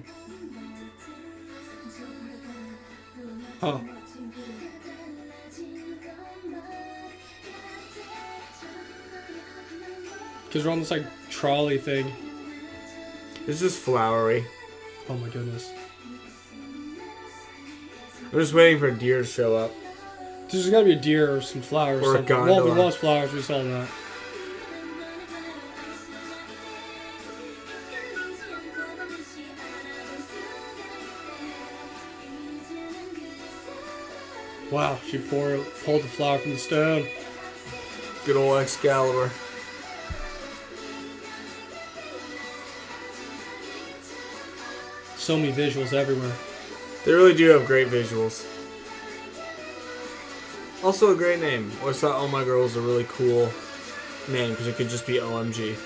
[SPEAKER 2] Oh, because we're on this like trolley thing.
[SPEAKER 1] It's just flowery.
[SPEAKER 2] Oh my goodness,
[SPEAKER 1] I'm just waiting for a deer to show up.
[SPEAKER 2] there's got to be a deer or some flowers.
[SPEAKER 1] Or a
[SPEAKER 2] something. well, there
[SPEAKER 1] gondola.
[SPEAKER 2] was flowers. We saw that. Wow, she pour, pulled the flower from the stone.
[SPEAKER 1] Good old Excalibur.
[SPEAKER 2] So many visuals everywhere.
[SPEAKER 1] They really do have great visuals. Also, a great name. I always thought "Oh My Girl" was a really cool name because it could just be OMG.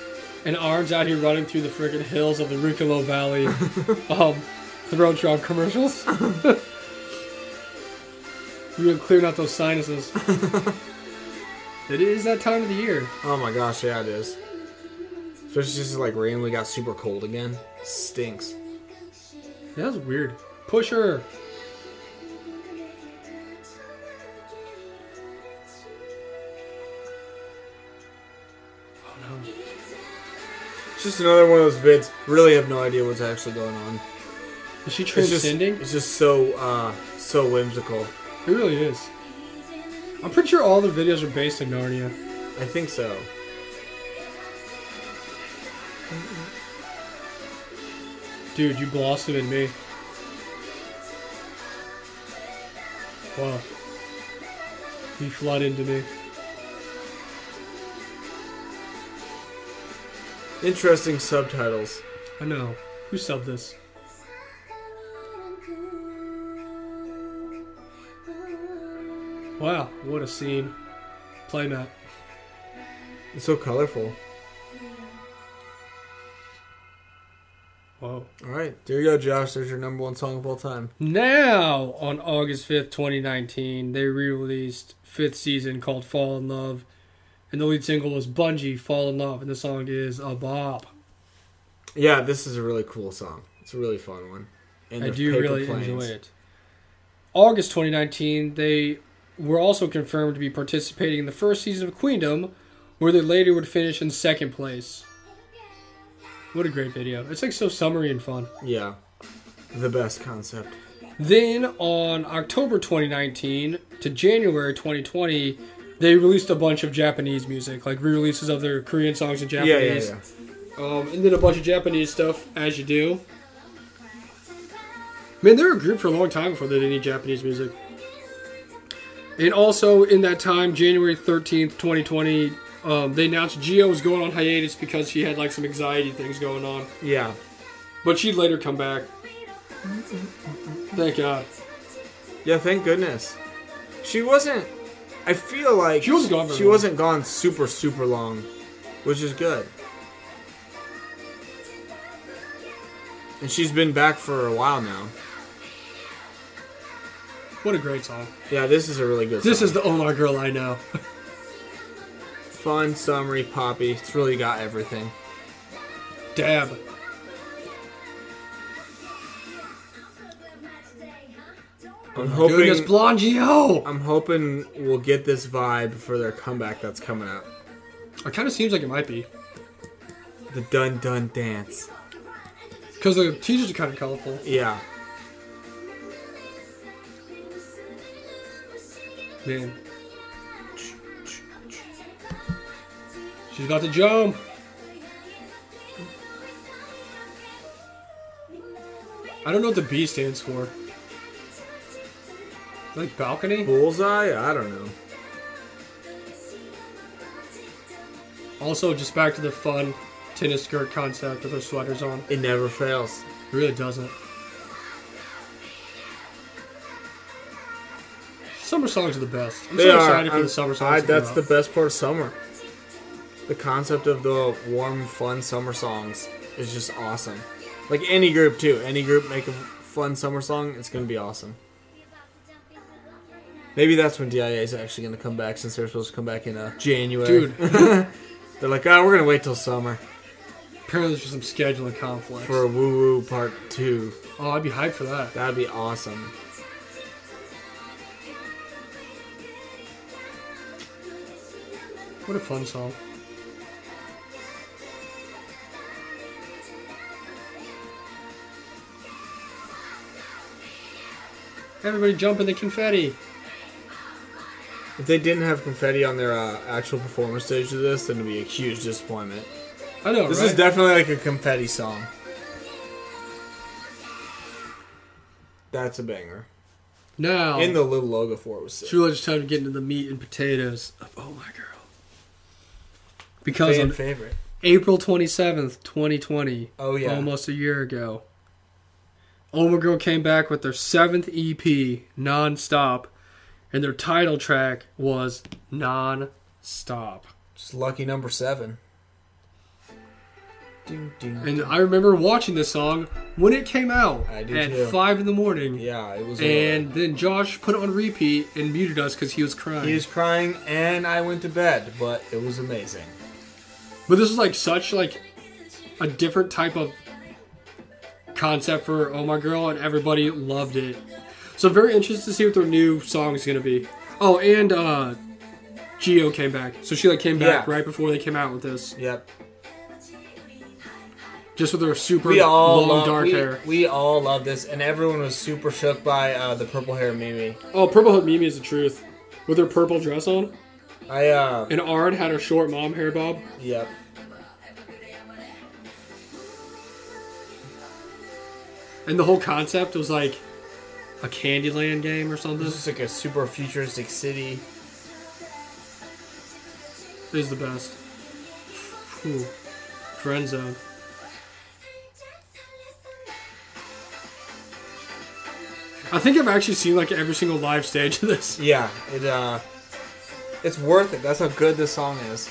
[SPEAKER 2] and arms out here running through the friggin' hills of the Rucolo Valley. um, the road trip commercials. We're clearing out those sinuses. it is that time of the year.
[SPEAKER 1] Oh my gosh, yeah, it is. Especially since it like randomly got super cold again. Stinks.
[SPEAKER 2] Yeah, that was weird. Push her. Oh no.
[SPEAKER 1] It's just another one of those vids. Really have no idea what's actually going on.
[SPEAKER 2] Is she
[SPEAKER 1] It's just,
[SPEAKER 2] transcending?
[SPEAKER 1] it's just so uh so whimsical.
[SPEAKER 2] It really is. I'm pretty sure all the videos are based in Narnia.
[SPEAKER 1] I think so.
[SPEAKER 2] Dude, you blossom in me. Wow. You flood into me.
[SPEAKER 1] Interesting subtitles.
[SPEAKER 2] I know. Who subbed this? Wow, what a scene. Playmat.
[SPEAKER 1] It's so colorful.
[SPEAKER 2] Whoa.
[SPEAKER 1] All right, there you go, Josh. There's your number one song of all time.
[SPEAKER 2] Now, on August 5th, 2019, they re released fifth season called Fall in Love. And the lead single was Bungie, Fall in Love. And the song is A Bop.
[SPEAKER 1] Yeah, this is a really cool song. It's a really fun one. And
[SPEAKER 2] I
[SPEAKER 1] there's
[SPEAKER 2] do
[SPEAKER 1] paper
[SPEAKER 2] really
[SPEAKER 1] planes.
[SPEAKER 2] enjoy it. August 2019, they were also confirmed to be participating in the first season of Queendom, where they later would finish in second place. What a great video. It's like so summery and fun.
[SPEAKER 1] Yeah, the best concept.
[SPEAKER 2] Then on October 2019 to January 2020, they released a bunch of Japanese music, like re releases of their Korean songs in
[SPEAKER 1] Yeah,
[SPEAKER 2] Japanese.
[SPEAKER 1] yeah, yeah.
[SPEAKER 2] Um, and then a bunch of Japanese stuff, as you do. Man, they were a group for a long time before they did any Japanese music. And also in that time, January 13th, 2020, um, they announced Gio was going on hiatus because she had like some anxiety things going on.
[SPEAKER 1] Yeah,
[SPEAKER 2] But she'd later come back. Thank God.
[SPEAKER 1] yeah. Thank goodness. She wasn't. I feel like
[SPEAKER 2] She wasn't gone very
[SPEAKER 1] She
[SPEAKER 2] long.
[SPEAKER 1] wasn't gone super super long, which is good. And she's been back for a while now.
[SPEAKER 2] What a great song.
[SPEAKER 1] Yeah, this is a really good.
[SPEAKER 2] This
[SPEAKER 1] song.
[SPEAKER 2] is the Omar girl I know.
[SPEAKER 1] fun, summary, poppy. It's really got everything.
[SPEAKER 2] Dab.
[SPEAKER 1] I'm
[SPEAKER 2] Doing
[SPEAKER 1] hoping.
[SPEAKER 2] this blonde Gio.
[SPEAKER 1] I'm hoping we'll get this vibe for their comeback that's coming up.
[SPEAKER 2] It kind of seems like it might be.
[SPEAKER 1] The dun dun dance.
[SPEAKER 2] Because the teasers are kind of colorful.
[SPEAKER 1] Yeah.
[SPEAKER 2] Man. She's about to jump. I don't know what the B stands for. Like balcony?
[SPEAKER 1] Bullseye? I don't know.
[SPEAKER 2] Also, just back to the fun tennis skirt concept with their sweaters on.
[SPEAKER 1] It never fails.
[SPEAKER 2] It really doesn't. Summer songs are the best. I'm so excited for
[SPEAKER 1] I'm-
[SPEAKER 2] the summer songs.
[SPEAKER 1] I-
[SPEAKER 2] to come
[SPEAKER 1] that's
[SPEAKER 2] out.
[SPEAKER 1] the best part of summer. The concept of the warm, fun summer songs is just awesome. Like any group too. Any group make a fun summer song, it's gonna be awesome. Maybe that's when DIA is actually gonna come back since they're supposed to come back in uh, January.
[SPEAKER 2] dude.
[SPEAKER 1] They're like, oh, we're gonna wait till summer
[SPEAKER 2] apparently, there's just some scheduling conflicts.
[SPEAKER 1] for Woo Woo Part Two.
[SPEAKER 2] oh, I'd be hyped for that.
[SPEAKER 1] That'd be awesome.
[SPEAKER 2] What a fun song. Everybody jump in the confetti.
[SPEAKER 1] If they didn't have confetti on their uh, actual performance stage of this, then it'd be a huge disappointment.
[SPEAKER 2] I know,
[SPEAKER 1] This
[SPEAKER 2] Oh, right?
[SPEAKER 1] is definitely like a confetti song. That's a banger.
[SPEAKER 2] now,
[SPEAKER 1] And the little logo for it was
[SPEAKER 2] it's
[SPEAKER 1] sick.
[SPEAKER 2] really just time to get into the meat and potatoes of Oh My Girl. Because
[SPEAKER 1] Fan
[SPEAKER 2] on
[SPEAKER 1] favorite.
[SPEAKER 2] April 27th, 2020,
[SPEAKER 1] Oh yeah.
[SPEAKER 2] almost a year ago. Oh My Girl came back with their seventh EP, Nonstop, and their title track was Nonstop.
[SPEAKER 1] Just lucky number seven. Ding, ding.
[SPEAKER 2] And I remember watching this song when it came out
[SPEAKER 1] I
[SPEAKER 2] at
[SPEAKER 1] do too.
[SPEAKER 2] five in the morning.
[SPEAKER 1] yeah, it was.
[SPEAKER 2] And then Josh put it on repeat and muted us because he was crying.
[SPEAKER 1] he was crying, and I went to bed, but it was amazing.
[SPEAKER 2] but this is like such like a different type of concept for Oh My Girl, and everybody loved it. So very interested to see what their new song is gonna be. Oh, and uh Geo came back, so she like came back
[SPEAKER 1] Yeah.
[SPEAKER 2] right before they came out with this,
[SPEAKER 1] Yep.
[SPEAKER 2] just with her super
[SPEAKER 1] We all
[SPEAKER 2] long
[SPEAKER 1] love,
[SPEAKER 2] dark
[SPEAKER 1] we,
[SPEAKER 2] hair.
[SPEAKER 1] We all love this, and everyone was super shook by uh, the purple hair Mimi.
[SPEAKER 2] Oh, Purple Hood Mimi is the truth, with her purple dress on.
[SPEAKER 1] I uh.
[SPEAKER 2] And Arn had her short mom hair bob.
[SPEAKER 1] Yep.
[SPEAKER 2] And the whole concept was like a Candyland game or something.
[SPEAKER 1] This is like a super futuristic city.
[SPEAKER 2] It was the best. Ooh. Friend zone. I think I've actually seen like every single live stage of this.
[SPEAKER 1] Yeah, it uh, it's worth it. That's how good this song is.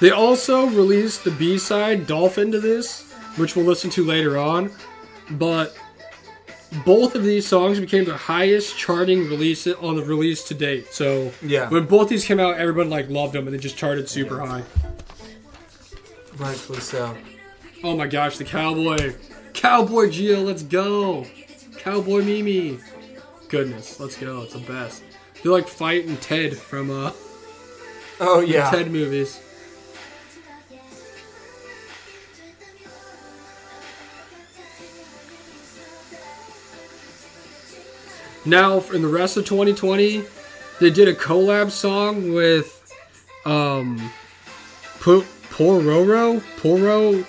[SPEAKER 2] They also released the B side Dolphin to this, which we'll listen to later on. But both of these songs became the highest charting release on the release to date. So
[SPEAKER 1] Yeah.
[SPEAKER 2] when both these came out, everyone like loved them and they just charted super high.
[SPEAKER 1] Rightfully so.
[SPEAKER 2] Oh my gosh, the cowboy. Cowboy Gio, let's go. Cowboy Mimi. Goodness, let's go. It's the best. They're like fighting Ted from uh
[SPEAKER 1] Oh yeah.
[SPEAKER 2] Ted movies. Now, in the rest of 2020, they did a collab song with um, P- Pororo. Poro,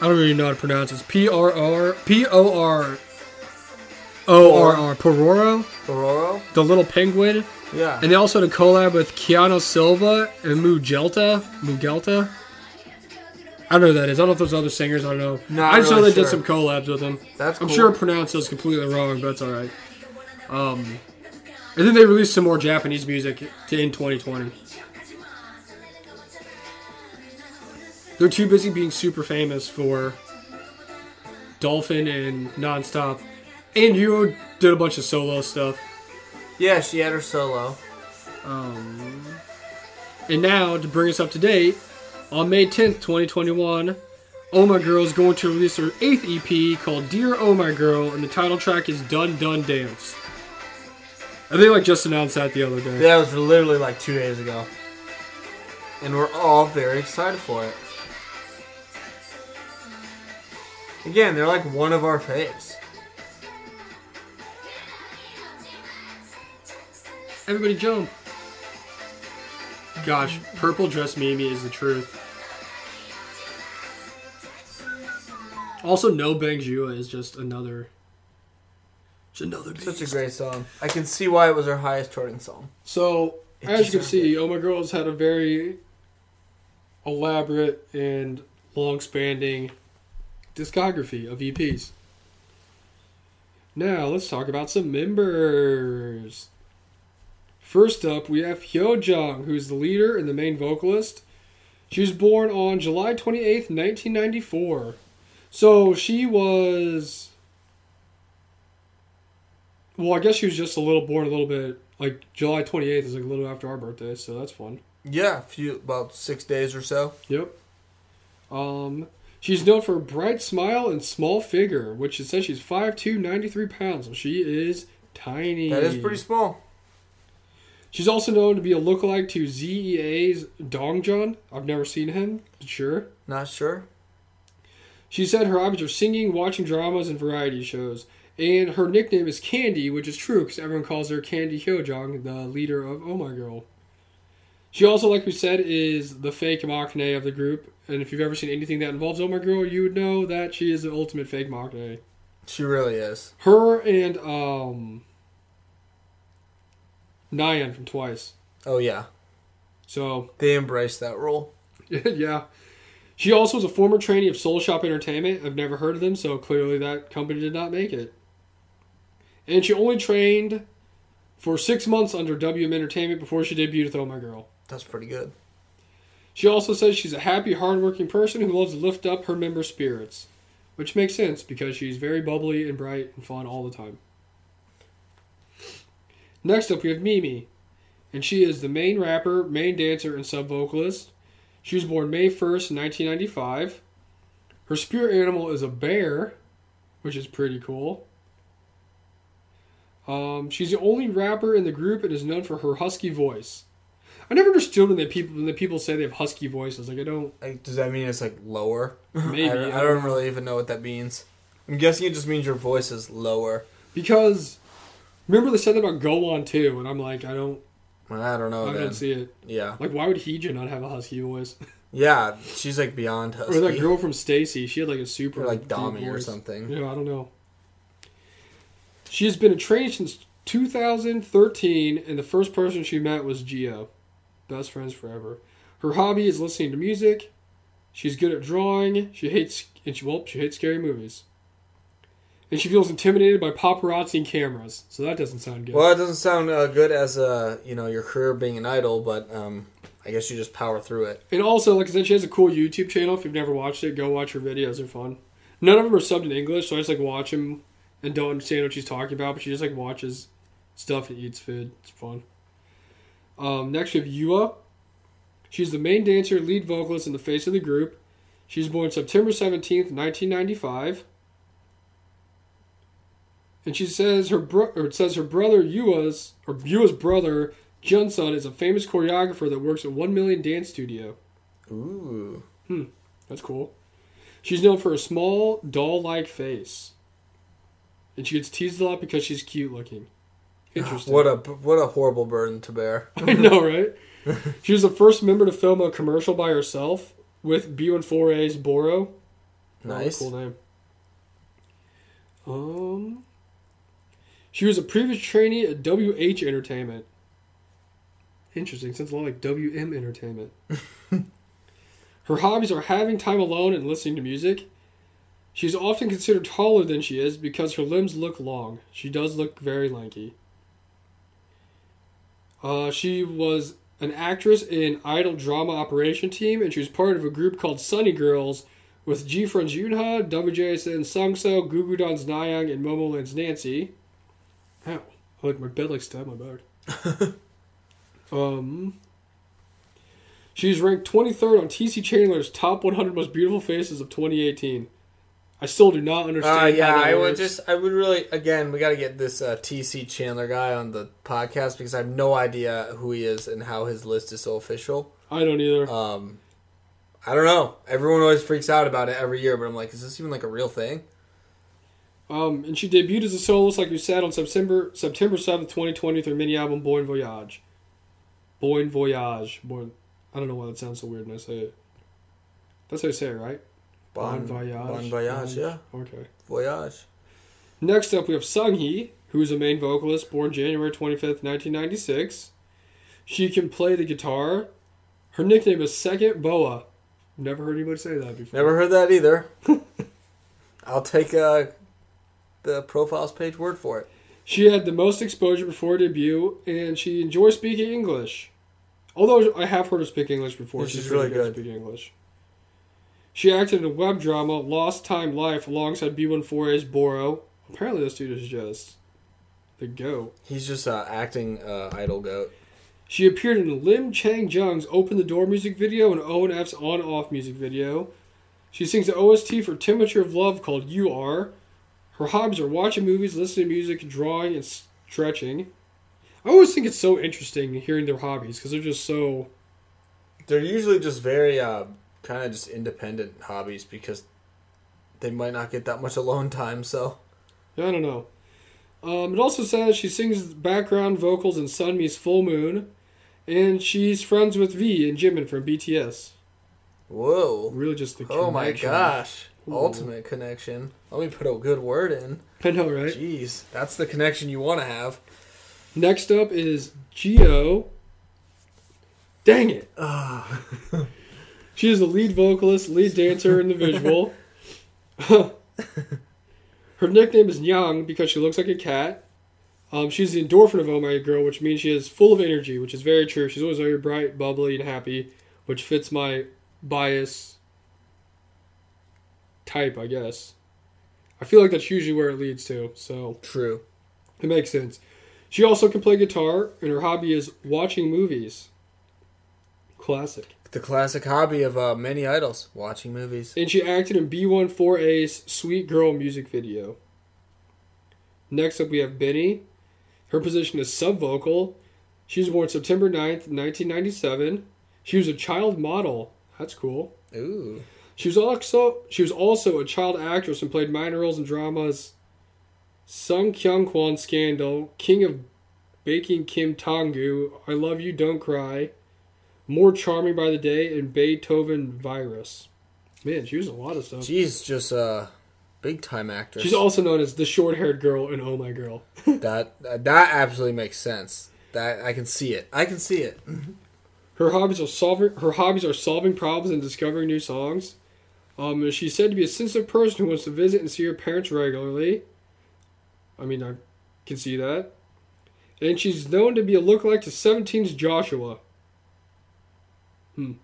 [SPEAKER 2] I don't really know how to pronounce it. It's P R R P O R O R R. Pororo,
[SPEAKER 1] Pororo?
[SPEAKER 2] the little penguin.
[SPEAKER 1] Yeah.
[SPEAKER 2] And they also had a collab with Keanu Silva and Mugelta. Mugelta? I don't know who that is. I don't know if there's other singers. I don't know.
[SPEAKER 1] Not
[SPEAKER 2] I just know
[SPEAKER 1] really
[SPEAKER 2] they did
[SPEAKER 1] sure.
[SPEAKER 2] some collabs with them.
[SPEAKER 1] That's
[SPEAKER 2] I'm
[SPEAKER 1] cool.
[SPEAKER 2] sure I pronounced those completely wrong, but it's all right. Um, and then they released some more Japanese music to end 2020. They're too busy being super famous for Dolphin and Nonstop. And Euro did a bunch of solo stuff.
[SPEAKER 1] yeah, she had her solo.
[SPEAKER 2] Um, and now, to bring us up to date, on May 10th, 2021, Oh My Girl is going to release their eighth EP called Dear Oh My Girl, and the title track is Done Done Dance. I think like just announced that the other day.
[SPEAKER 1] That was literally like two days ago. And we're all very excited for it. Again, they're like one of our faves.
[SPEAKER 2] Everybody jump. Gosh, purple dress Mimi is the truth. Also, No Bang Jua is just another. Just another beast.
[SPEAKER 1] Such a great song. I can see why it was our highest charting song.
[SPEAKER 2] So as you can see, Oh My Girls had a very elaborate and long spanning discography of EPs. Now, let's talk about some members. First up, we have Hyojung, who's the leader and the main vocalist. She was born on July 28th, 1994. So she was. Well, I guess she was just a little born a little bit. Like July 28th is like a little after our birthday, so that's fun.
[SPEAKER 1] Yeah, a few about six days or so.
[SPEAKER 2] Yep. Um, she's known for her bright smile and small figure, which it says she's 5'2", 93 pounds, so she is tiny.
[SPEAKER 1] That is pretty small.
[SPEAKER 2] She's also known to be a lookalike to ZEA's Dongjeon. I've never seen him, but sure.
[SPEAKER 1] Not sure.
[SPEAKER 2] She said her hobbies are singing, watching dramas, and variety shows. And her nickname is Candy, which is true because everyone calls her Candy Hyojong, the leader of Oh My Girl. She also, like we said, is the fake Maknae of the group. And if you've ever seen anything that involves Oh My Girl, you would know that she is the ultimate fake Maknae.
[SPEAKER 1] She really is.
[SPEAKER 2] Her and um, Nyan from Twice.
[SPEAKER 1] Oh yeah,
[SPEAKER 2] So
[SPEAKER 1] they embrace that role.
[SPEAKER 2] yeah. She also was a former trainee of Soul Shop Entertainment. I've never heard of them, so clearly that company did not make it. And she only trained for six months under WM Entertainment before she debuted with Oh My Girl.
[SPEAKER 1] That's pretty good.
[SPEAKER 2] She also says she's a happy, hardworking person who loves to lift up her members' spirits, which makes sense because she's very bubbly and bright and fun all the time. Next up, we have Mimi, and she is the main rapper, main dancer, and sub vocalist. She was born May 1st, 1995. Her spirit animal is a bear, which is pretty cool. Um, she's the only rapper in the group and is known for her husky voice. I never understood when the people when the people say they have husky voices. Like I don't.
[SPEAKER 1] Like, does that mean it's like lower?
[SPEAKER 2] Maybe,
[SPEAKER 1] I, don't-
[SPEAKER 2] I
[SPEAKER 1] I
[SPEAKER 2] don't
[SPEAKER 1] don't really even know what that means. I'm guessing it just means your voice is lower.
[SPEAKER 2] Because remember they said that about Gohan too, and I'm like, I don't,
[SPEAKER 1] Well, I don't know.
[SPEAKER 2] I
[SPEAKER 1] then.
[SPEAKER 2] don't see it.
[SPEAKER 1] Yeah,
[SPEAKER 2] Like, why would Heejin not have a husky voice?
[SPEAKER 1] yeah. She's like beyond husky.
[SPEAKER 2] or that girl from Stacy, she had like a super
[SPEAKER 1] Or, like
[SPEAKER 2] deep
[SPEAKER 1] Dami or
[SPEAKER 2] voice.
[SPEAKER 1] something.
[SPEAKER 2] Yeah, I don't know. She has been a trainee since 2013, and the first person she met was Gio, best friends forever. Her hobby is listening to music. She's good at drawing. She hates and she well, she hates scary movies. And she feels intimidated by paparazzi and cameras. So that doesn't sound good.
[SPEAKER 1] Well, it doesn't sound uh, good as uh, you know your career being an idol, but um, I guess you just power through it.
[SPEAKER 2] And also, like I said, she has a cool YouTube channel. If you've never watched it, go watch her videos. They're fun. None of them are subbed in English, so I just like watch them and don't understand what she's talking about. But she just like watches stuff and eats food. It's fun. Um, next we have Yua. She's the main dancer, lead vocalist, and the face of the group. She's born September seventeenth, nineteen ninety-five. And she says her bro- or it says her brother Yua's or Yua's brother Junsun is a famous choreographer that works at One Million Dance Studio.
[SPEAKER 1] Ooh,
[SPEAKER 2] That's cool. She's known for her small, doll like face. And she gets teased a lot because she's cute looking. Interesting.
[SPEAKER 1] what a what a horrible burden to bear.
[SPEAKER 2] I know, right? she was the first member to film a commercial by herself with B14A's Boro. Wow,
[SPEAKER 1] Nice.
[SPEAKER 2] Cool name. Um, she was a previous trainee at WH Entertainment. Interesting, sounds a lot like WM Entertainment. Her hobbies are having time alone and listening to music. She's often considered taller than she is because her limbs look long. She does look very lanky. Uh, she was an actress in Idol Drama Operation Team, and she was part of a group called Sunny Girls, with G Friends Yunha, WJSN Sungso, Goo Goo Don's Nyang, and Momoland's Nancy. Ow. I like my bed like stabbed my back. um, she's ranked 23rd on TC Chandler's Top 100 Most Beautiful Faces of 2018. I still do not understand.
[SPEAKER 1] Uh, yeah,
[SPEAKER 2] how that
[SPEAKER 1] I would
[SPEAKER 2] works.
[SPEAKER 1] just I would really again we got to get this uh, TC Chandler guy on the podcast because I have no idea who he is and how his list is so official.
[SPEAKER 2] I don't either.
[SPEAKER 1] Um, I don't know. Everyone always freaks out about it every year, but I'm like, is this even like a real thing?
[SPEAKER 2] Um, and she debuted as a soloist, like we said, on September September seventh, twenty twenty, with her mini album "Born Voyage." Born Voyage, born. I don't know why that sounds so weird when I say it. That's how you say it, right? Bon voyage.
[SPEAKER 1] Bon voyage, yeah.
[SPEAKER 2] Okay.
[SPEAKER 1] Voyage.
[SPEAKER 2] Next up, we have Sung Hee, who is a main vocalist, born January twenty fifth, nineteen ninety six. She can play the guitar. Her nickname is Second Boa. Never heard anybody say that before.
[SPEAKER 1] Never heard that either. I'll take uh, the profiles page word for it.
[SPEAKER 2] She had the most exposure before debut, and she enjoys speaking English. Although I have heard her speak English before,
[SPEAKER 1] Yeah, she's really
[SPEAKER 2] at
[SPEAKER 1] good.
[SPEAKER 2] speaking English. She acted in a web drama, Lost Time Life, alongside B14A's Boro. Apparently, this dude is just the goat.
[SPEAKER 1] He's just uh, acting uh, idol goat.
[SPEAKER 2] She appeared in Lim Chang Jung's Open the Door music video and O&F's On Off music video. She sings the OST for Temperature of Love called You Are. Her hobbies are watching movies, listening to music, drawing, and stretching. I always think it's so interesting hearing their hobbies because they're just so.
[SPEAKER 1] They're usually just very uh, kind of just independent hobbies because they might not get that much alone time. So
[SPEAKER 2] I don't know. Um, it also says she sings background vocals in Sunmi's Full Moon, and she's friends with V and Jimin from BTS.
[SPEAKER 1] whoa,
[SPEAKER 2] Really, just the
[SPEAKER 1] oh my
[SPEAKER 2] connection.
[SPEAKER 1] gosh,
[SPEAKER 2] Ooh.
[SPEAKER 1] ultimate connection. Let me put a good word in.
[SPEAKER 2] I know, right?
[SPEAKER 1] Jeez, that's the connection you want to have.
[SPEAKER 2] Next up is Geo. Dang it. she is the lead vocalist, lead dancer, and the visual. Her nickname is Nyang because she looks like a cat. Um, she's the endorphin of Oh My Girl, which means she is full of energy, which is very true. She's always very bright, bubbly, and happy, which fits my bias type, I guess. I feel like that's usually where it leads to, so.
[SPEAKER 1] True.
[SPEAKER 2] It makes sense. She also can play guitar, and her hobby is watching movies. Classic.
[SPEAKER 1] The classic hobby of uh, many idols, watching movies.
[SPEAKER 2] And she acted in B14A's Sweet Girl music video. Next up, we have Benny. Her position is sub vocal. She was born September 9th, 1997. She was a child model. That's cool.
[SPEAKER 1] Ooh.
[SPEAKER 2] She was also she was also a child actress and played minor roles in dramas Sung Kyung Kwan Scandal, King of Baking Kim Tongu, I Love You Don't Cry, More Charming by the Day, and Beethoven Virus. Man, she was in a lot of stuff.
[SPEAKER 1] She's just a big time actress.
[SPEAKER 2] She's also known as the short haired girl in Oh My Girl.
[SPEAKER 1] that that absolutely makes sense. That I can see it. I can see it.
[SPEAKER 2] Her hobbies are solving her hobbies are solving problems and discovering new songs. Um, she's said to be a sensitive person who wants to visit and see her parents regularly. I mean, I can see that. And she's known to be a lookalike to 17's Joshua.
[SPEAKER 1] I'm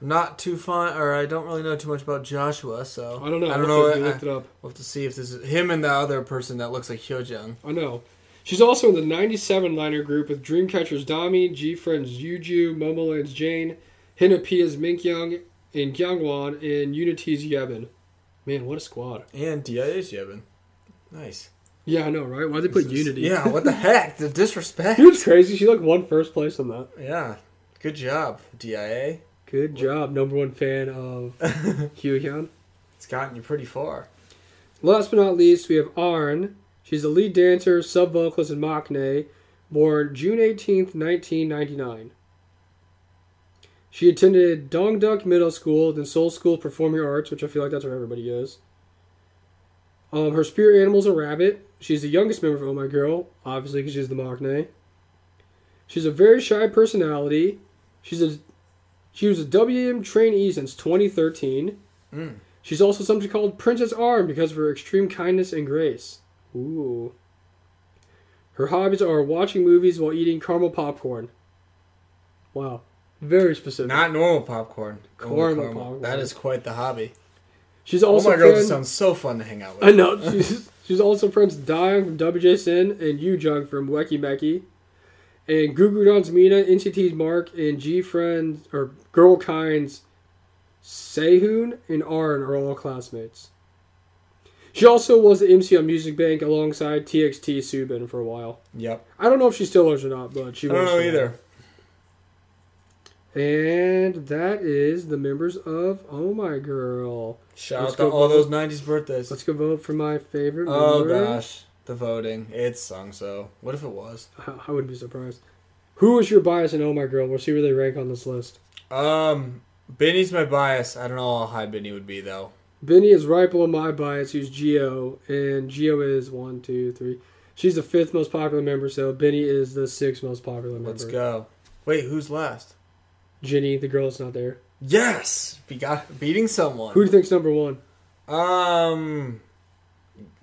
[SPEAKER 1] not too fun, or I don't really know too much about Joshua, so
[SPEAKER 2] I don't know.
[SPEAKER 1] I don't
[SPEAKER 2] We'll have to
[SPEAKER 1] know. I,
[SPEAKER 2] look it up.
[SPEAKER 1] we'll have to see if this is him and the other person that looks like Hyojung.
[SPEAKER 2] I know. She's also in the 97 liner group with Dreamcatcher's Dami, G Friend's Yuju, Momoland's Jane, Hinapia's Minkyung, and Gyangwon, and Unity's Yebin. Man, what a squad.
[SPEAKER 1] And DIA's Yevon. Nice.
[SPEAKER 2] Yeah, I know, right? Why'd they put Unity?
[SPEAKER 1] Yeah. What the heck? The disrespect.
[SPEAKER 2] You know what's crazy? She like won first place on that.
[SPEAKER 1] yeah. Good job, DIA.
[SPEAKER 2] Good job, number one fan of Hyun.
[SPEAKER 1] It's gotten you pretty far.
[SPEAKER 2] Last but not least, we have Arn. She's a lead dancer, sub vocalist in Machne, born June 18th, 1999. She attended Dongduk Middle School, then Seoul School of Performing Arts, which I feel like that's where everybody is. Um, her spirit animal is a rabbit. She's the youngest member of Oh My Girl, obviously, because she's the Machne. She's a very shy personality. She's a she was a WM trainee since 2013.
[SPEAKER 1] Hmm.
[SPEAKER 2] She's also sometimes called Princess Arm because of her extreme kindness and grace. Ooh. Her hobbies are watching movies while eating caramel popcorn. Wow. Very specific.
[SPEAKER 1] Not normal popcorn. Only
[SPEAKER 2] Caramel popcorn.
[SPEAKER 1] That is quite the hobby.
[SPEAKER 2] she's also
[SPEAKER 1] oh my girl,
[SPEAKER 2] friend-
[SPEAKER 1] just sounds so fun to hang out
[SPEAKER 2] I
[SPEAKER 1] with.
[SPEAKER 2] know. She's, she's also friends with Dion from WJSN and Yu Jung from Weki Meki. And Gugudon's Mina, NCT's Mark, and G Friends, or Girl Kind's Sehun and Arn are all classmates. She also was the MC on Music Bank alongside TXT Subin for a while.
[SPEAKER 1] Yep.
[SPEAKER 2] I don't know if she still is or not, but she
[SPEAKER 1] I don't
[SPEAKER 2] was
[SPEAKER 1] know
[SPEAKER 2] for a
[SPEAKER 1] either.
[SPEAKER 2] while. And that is the members of Oh My Girl.
[SPEAKER 1] Shout
[SPEAKER 2] Let's
[SPEAKER 1] out to
[SPEAKER 2] go
[SPEAKER 1] all
[SPEAKER 2] vote.
[SPEAKER 1] those '90s birthdays.
[SPEAKER 2] Let's go vote for my favorite.
[SPEAKER 1] Oh
[SPEAKER 2] member.
[SPEAKER 1] gosh, the voting. It's sung so. What if it was?
[SPEAKER 2] I I wouldn't be surprised. Who is your bias in Oh My Girl? We'll see where they rank on this list.
[SPEAKER 1] Um, Benny's my bias. I don't know how high Benny would be though.
[SPEAKER 2] Benny is right below my bias, who's Geo, and Geo is one, two, three. She's the fifth most popular member, so Benny is the sixth most popular member.
[SPEAKER 1] Let's go. Wait, who's last?
[SPEAKER 2] Jenny, the girl that's not there.
[SPEAKER 1] Yes, we got beating someone.
[SPEAKER 2] Who do you think's number one?
[SPEAKER 1] Um,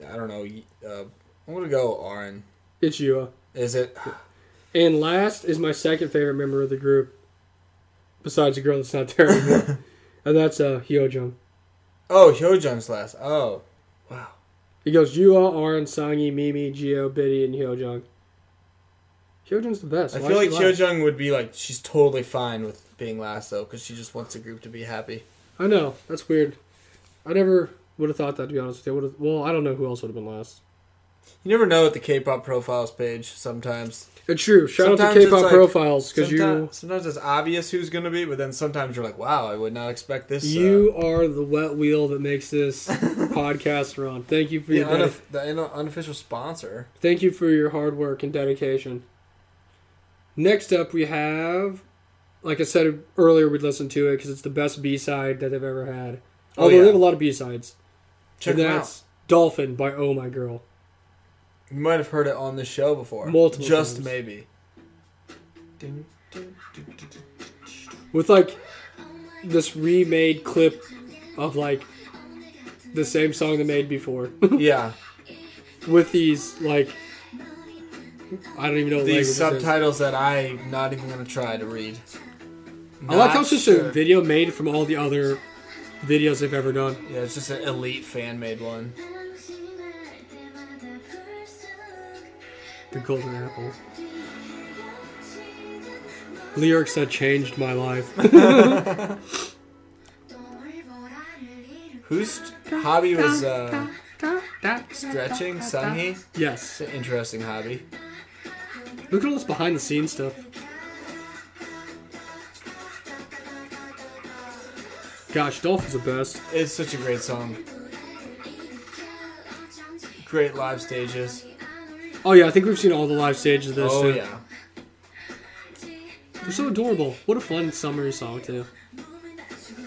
[SPEAKER 1] I don't know. Uh, I'm gonna go Aaron.
[SPEAKER 2] It's Yua.
[SPEAKER 1] Is it?
[SPEAKER 2] And last is my second favorite member of the group, besides the girl that's not there anymore, and that's uh, Hyojung.
[SPEAKER 1] Oh, Hyojung's last. Oh, wow.
[SPEAKER 2] He goes Yua, Arin, Sangi, Mimi, Geo, Biddy, and Hyojung. Hyojung's the best.
[SPEAKER 1] I
[SPEAKER 2] Why
[SPEAKER 1] feel like
[SPEAKER 2] is she last?
[SPEAKER 1] Hyojung would be like she's totally fine with being last though, because she just wants the group to be happy.
[SPEAKER 2] I know that's weird. I never would have thought that to be honest with you. I would've- well, I don't know who else would have been last.
[SPEAKER 1] You never know at the K-pop profiles page. Sometimes,
[SPEAKER 2] It's true. Shout out
[SPEAKER 1] Sometimes
[SPEAKER 2] to
[SPEAKER 1] it's
[SPEAKER 2] K-pop
[SPEAKER 1] like-
[SPEAKER 2] profiles because you
[SPEAKER 1] sometimes, sometimes it's obvious who's gonna be, but then sometimes you're like, wow, I would not expect this. uh,
[SPEAKER 2] you are the wet wheel that makes this podcast run. Thank you for
[SPEAKER 1] the,
[SPEAKER 2] your dedication.
[SPEAKER 1] unof- the uno- unofficial sponsor.
[SPEAKER 2] Thank you for your hard work and dedication. Next up, we have, like I said earlier, we listened to it because it's the best B side that they've ever had.
[SPEAKER 1] Oh,
[SPEAKER 2] Although
[SPEAKER 1] yeah.
[SPEAKER 2] they have a lot of B sides.
[SPEAKER 1] Check them out.
[SPEAKER 2] that's Dolphin by Oh My Girl.
[SPEAKER 1] You might have heard it on the show before.
[SPEAKER 2] Multiple
[SPEAKER 1] Just
[SPEAKER 2] times.
[SPEAKER 1] maybe.
[SPEAKER 2] With like this remade clip of like the same song they made before.
[SPEAKER 1] Yeah.
[SPEAKER 2] With these like I don't even know what language
[SPEAKER 1] These
[SPEAKER 2] this is.
[SPEAKER 1] subtitles that I'm not even going to try to read.
[SPEAKER 2] I like how
[SPEAKER 1] Not
[SPEAKER 2] it's just
[SPEAKER 1] sure.
[SPEAKER 2] a video made from all the other videos they've ever done.
[SPEAKER 1] Yeah, it's just an elite fan made one.
[SPEAKER 2] The golden apple. Lyrics that changed my life.
[SPEAKER 1] Whose hobby was uh, stretching? Sunhee? It's
[SPEAKER 2] yes.
[SPEAKER 1] an interesting hobby.
[SPEAKER 2] Look at all this behind the scenes stuff. Gosh, Dolphin's the best.
[SPEAKER 1] It's such a great song. Great live stages.
[SPEAKER 2] Oh yeah, I think we've seen all the live stages of this.
[SPEAKER 1] Oh,
[SPEAKER 2] too.
[SPEAKER 1] yeah.
[SPEAKER 2] They're so adorable. What a fun summery song too.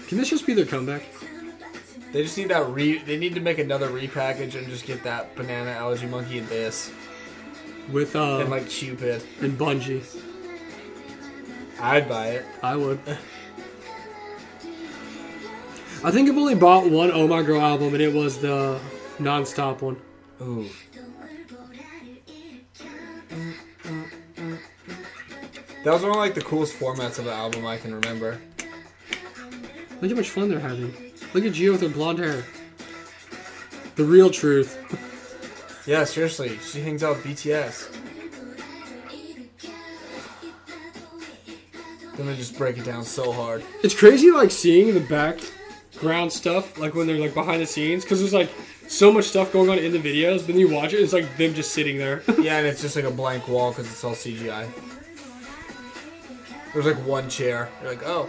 [SPEAKER 2] Can this just be their comeback?
[SPEAKER 1] They just need that re. They need to make another repackage and just get that banana allergy monkey and this.
[SPEAKER 2] With uh
[SPEAKER 1] And like Cupid.
[SPEAKER 2] and Bungie.
[SPEAKER 1] I'd buy it.
[SPEAKER 2] I would. I think I've only bought one Oh My Girl album, and it was the non-stop one.
[SPEAKER 1] Ooh. That was one of like the coolest formats of an album I can remember.
[SPEAKER 2] Look how much fun they're having. Look at Gio with her blonde hair. The real truth.
[SPEAKER 1] Yeah, seriously, she hangs out with BTS. Then they just break it down so hard.
[SPEAKER 2] It's crazy, like seeing the background stuff, like when they're like behind the scenes, because there's like so much stuff going on in the videos. Then you watch it, it's like them just sitting there.
[SPEAKER 1] Yeah, and it's just like a blank wall because it's all CGI. There's like one chair. You're like, oh,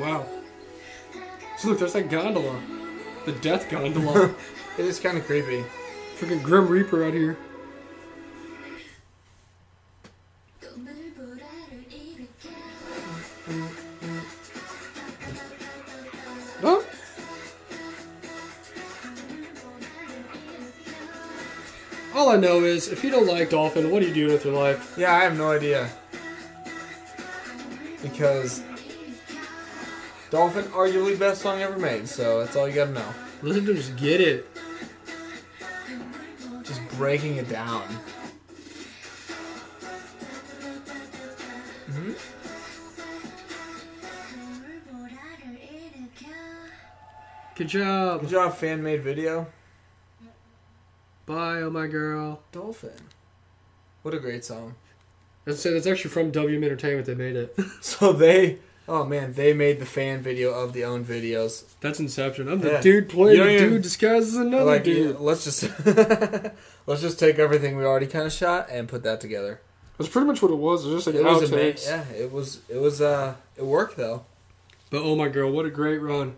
[SPEAKER 2] wow. So look, there's that gondola, the death gondola.
[SPEAKER 1] it is kind of creepy.
[SPEAKER 2] Freaking Grim Reaper out here. Oh. All I know is, if you don't like Dolphin, what are you doing with your life?
[SPEAKER 1] Yeah, I have no idea. Because Dolphin, arguably best song ever made, so that's all you gotta know.
[SPEAKER 2] Listen to just get it.
[SPEAKER 1] Just breaking it down.
[SPEAKER 2] Good job.
[SPEAKER 1] Good job, fan made video.
[SPEAKER 2] Bye, oh my girl.
[SPEAKER 1] Dolphin. What a great song.
[SPEAKER 2] I say that's actually from WM Entertainment that made it.
[SPEAKER 1] So they, oh man, they made the fan video of the own videos.
[SPEAKER 2] That's Inception. I'm the
[SPEAKER 1] Yeah.
[SPEAKER 2] dude playing
[SPEAKER 1] You don't
[SPEAKER 2] the
[SPEAKER 1] even-
[SPEAKER 2] dude disguised as another
[SPEAKER 1] Like,
[SPEAKER 2] Oh, dude.
[SPEAKER 1] let's just let's just take everything we already kind of shot and put that together.
[SPEAKER 2] That's pretty much what it was. It was just
[SPEAKER 1] It was amazing. Yeah, it was. It was. Uh, it worked though.
[SPEAKER 2] But oh my girl, what a great run.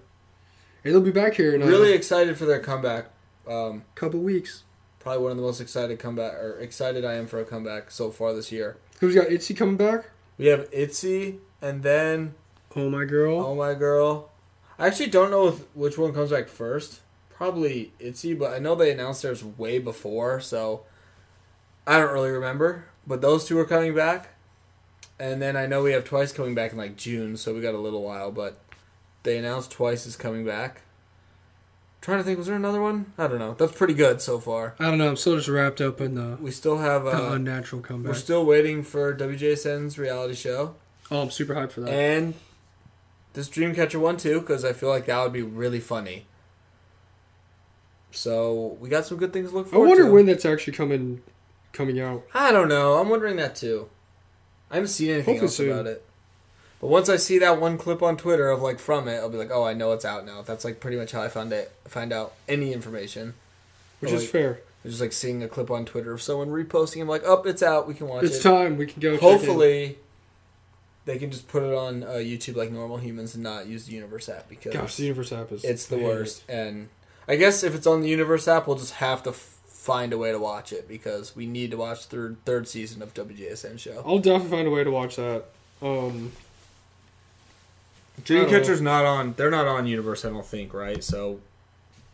[SPEAKER 2] And they'll be back here in a
[SPEAKER 1] Really excited for their comeback. Um,
[SPEAKER 2] couple weeks.
[SPEAKER 1] probably one of the most excited comeback or excited I am for a comeback so far this year.
[SPEAKER 2] Who's got Itzy coming back?
[SPEAKER 1] We have Itzy and then
[SPEAKER 2] Oh my girl.
[SPEAKER 1] Oh My Girl. I actually don't know if, which one comes back first. Probably Itzy, but I know they announced theirs way before, so I don't really remember, but those two are coming back. And then I know we have Twice coming back in like June, so we got a little while, but they announced Twice is coming back. Trying to think, was there another one? I don't know. That's pretty good so far.
[SPEAKER 2] I don't know. I'm still just wrapped up in the,
[SPEAKER 1] We still have
[SPEAKER 2] the
[SPEAKER 1] Oh. uh,
[SPEAKER 2] unnatural comeback.
[SPEAKER 1] we're still waiting for WJSN's reality show
[SPEAKER 2] oh, I'm super hyped for that.
[SPEAKER 1] and this Dreamcatcher one too, because I feel like that would be really funny. So we got some good things to look
[SPEAKER 2] I
[SPEAKER 1] forward.
[SPEAKER 2] wonder
[SPEAKER 1] to.
[SPEAKER 2] when that's actually coming coming out.
[SPEAKER 1] I don't know. I'm wondering that too. I haven't seen anything
[SPEAKER 2] Hopefully
[SPEAKER 1] else
[SPEAKER 2] soon.
[SPEAKER 1] about it. But once I see that one clip on Twitter of like from it, I'll be like, oh, I know it's out now. That's like pretty much how I found it. Find out any information,
[SPEAKER 2] Which
[SPEAKER 1] Or,
[SPEAKER 2] is
[SPEAKER 1] like,
[SPEAKER 2] fair.
[SPEAKER 1] It's just like seeing a clip on Twitter of someone reposting. I'm like, oh, it's out. We can watch
[SPEAKER 2] It's
[SPEAKER 1] it.
[SPEAKER 2] time we can go. check in.
[SPEAKER 1] Hopefully, they can just put it on uh, YouTube like normal humans and not use the Universe app because
[SPEAKER 2] Gosh, the universe app is.
[SPEAKER 1] it's the
[SPEAKER 2] I hate
[SPEAKER 1] worst. And I guess if it's on the Universe app, we'll just have to f- find a way to watch it because we need to watch third third season of WJSN
[SPEAKER 2] it.
[SPEAKER 1] show.
[SPEAKER 2] I'll definitely find a way to watch that. Um,
[SPEAKER 1] Dreamcatcher's not on. They're not on Universe, I don't think, right? So,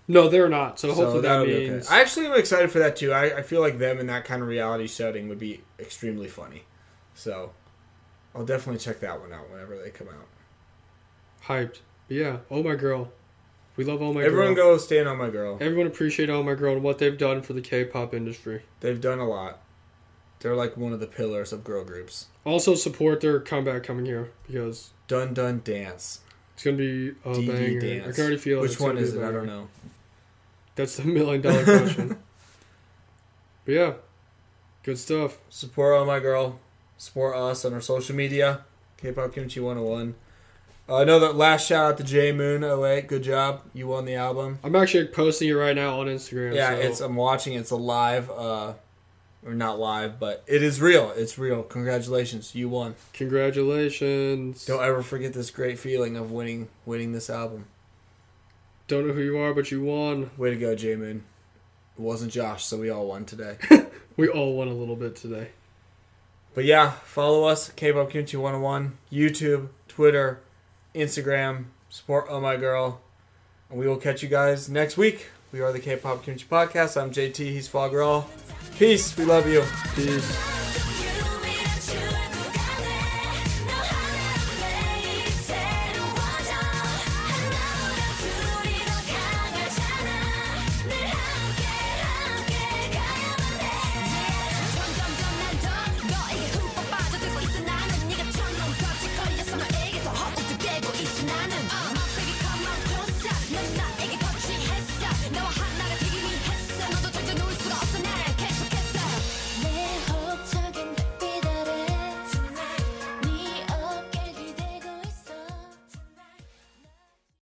[SPEAKER 2] no, they're not. So
[SPEAKER 1] so
[SPEAKER 2] hopefully that
[SPEAKER 1] that'll be
[SPEAKER 2] means.
[SPEAKER 1] okay. I actually am excited for that too. I, I feel like them in that kind of reality setting would be extremely funny. So, I'll definitely check that one out whenever they come out.
[SPEAKER 2] hyped. But yeah. Oh my girl. We love Oh My
[SPEAKER 1] Everyone
[SPEAKER 2] Girl.
[SPEAKER 1] go stand on my girl.
[SPEAKER 2] Everyone appreciate Oh My Girl and what they've done for the K-pop industry.
[SPEAKER 1] They've done a lot. They're like one of the pillars of girl groups.
[SPEAKER 2] Also support their comeback coming here because
[SPEAKER 1] Dun Dun Dance.
[SPEAKER 2] it's gonna be a
[SPEAKER 1] DD
[SPEAKER 2] Oh, banger. I
[SPEAKER 1] Dance.
[SPEAKER 2] can already feel it.
[SPEAKER 1] Which
[SPEAKER 2] It's gonna
[SPEAKER 1] one
[SPEAKER 2] be a
[SPEAKER 1] is it? I
[SPEAKER 2] banger.
[SPEAKER 1] don't know.
[SPEAKER 2] That's the million dollar question. but yeah, good stuff.
[SPEAKER 1] Support all my girl. Support us on our social media. K-pop Kimchi 101. Uh, another last shout out to J Moon 08. Good job. You won the album.
[SPEAKER 2] I'm actually posting it right now on Instagram.
[SPEAKER 1] Yeah,
[SPEAKER 2] so-
[SPEAKER 1] it's I'm watching. It's a live uh or not live, but it is real. It's real. Congratulations. You won.
[SPEAKER 2] Congratulations.
[SPEAKER 1] Don't ever forget this great feeling of winning winning this album.
[SPEAKER 2] Don't know who you are, but you won.
[SPEAKER 1] Way to go, J Moon. It wasn't Josh, so we all won today.
[SPEAKER 2] We all won a little bit today.
[SPEAKER 1] But yeah, follow us, K-pop Kimchi 101, YouTube, Twitter, Instagram, support Oh My Girl. And we will catch you guys next week. We are the K-pop Kimchi Podcast. I'm JT, he's Foggerall. Peace, we love you.
[SPEAKER 2] Peace.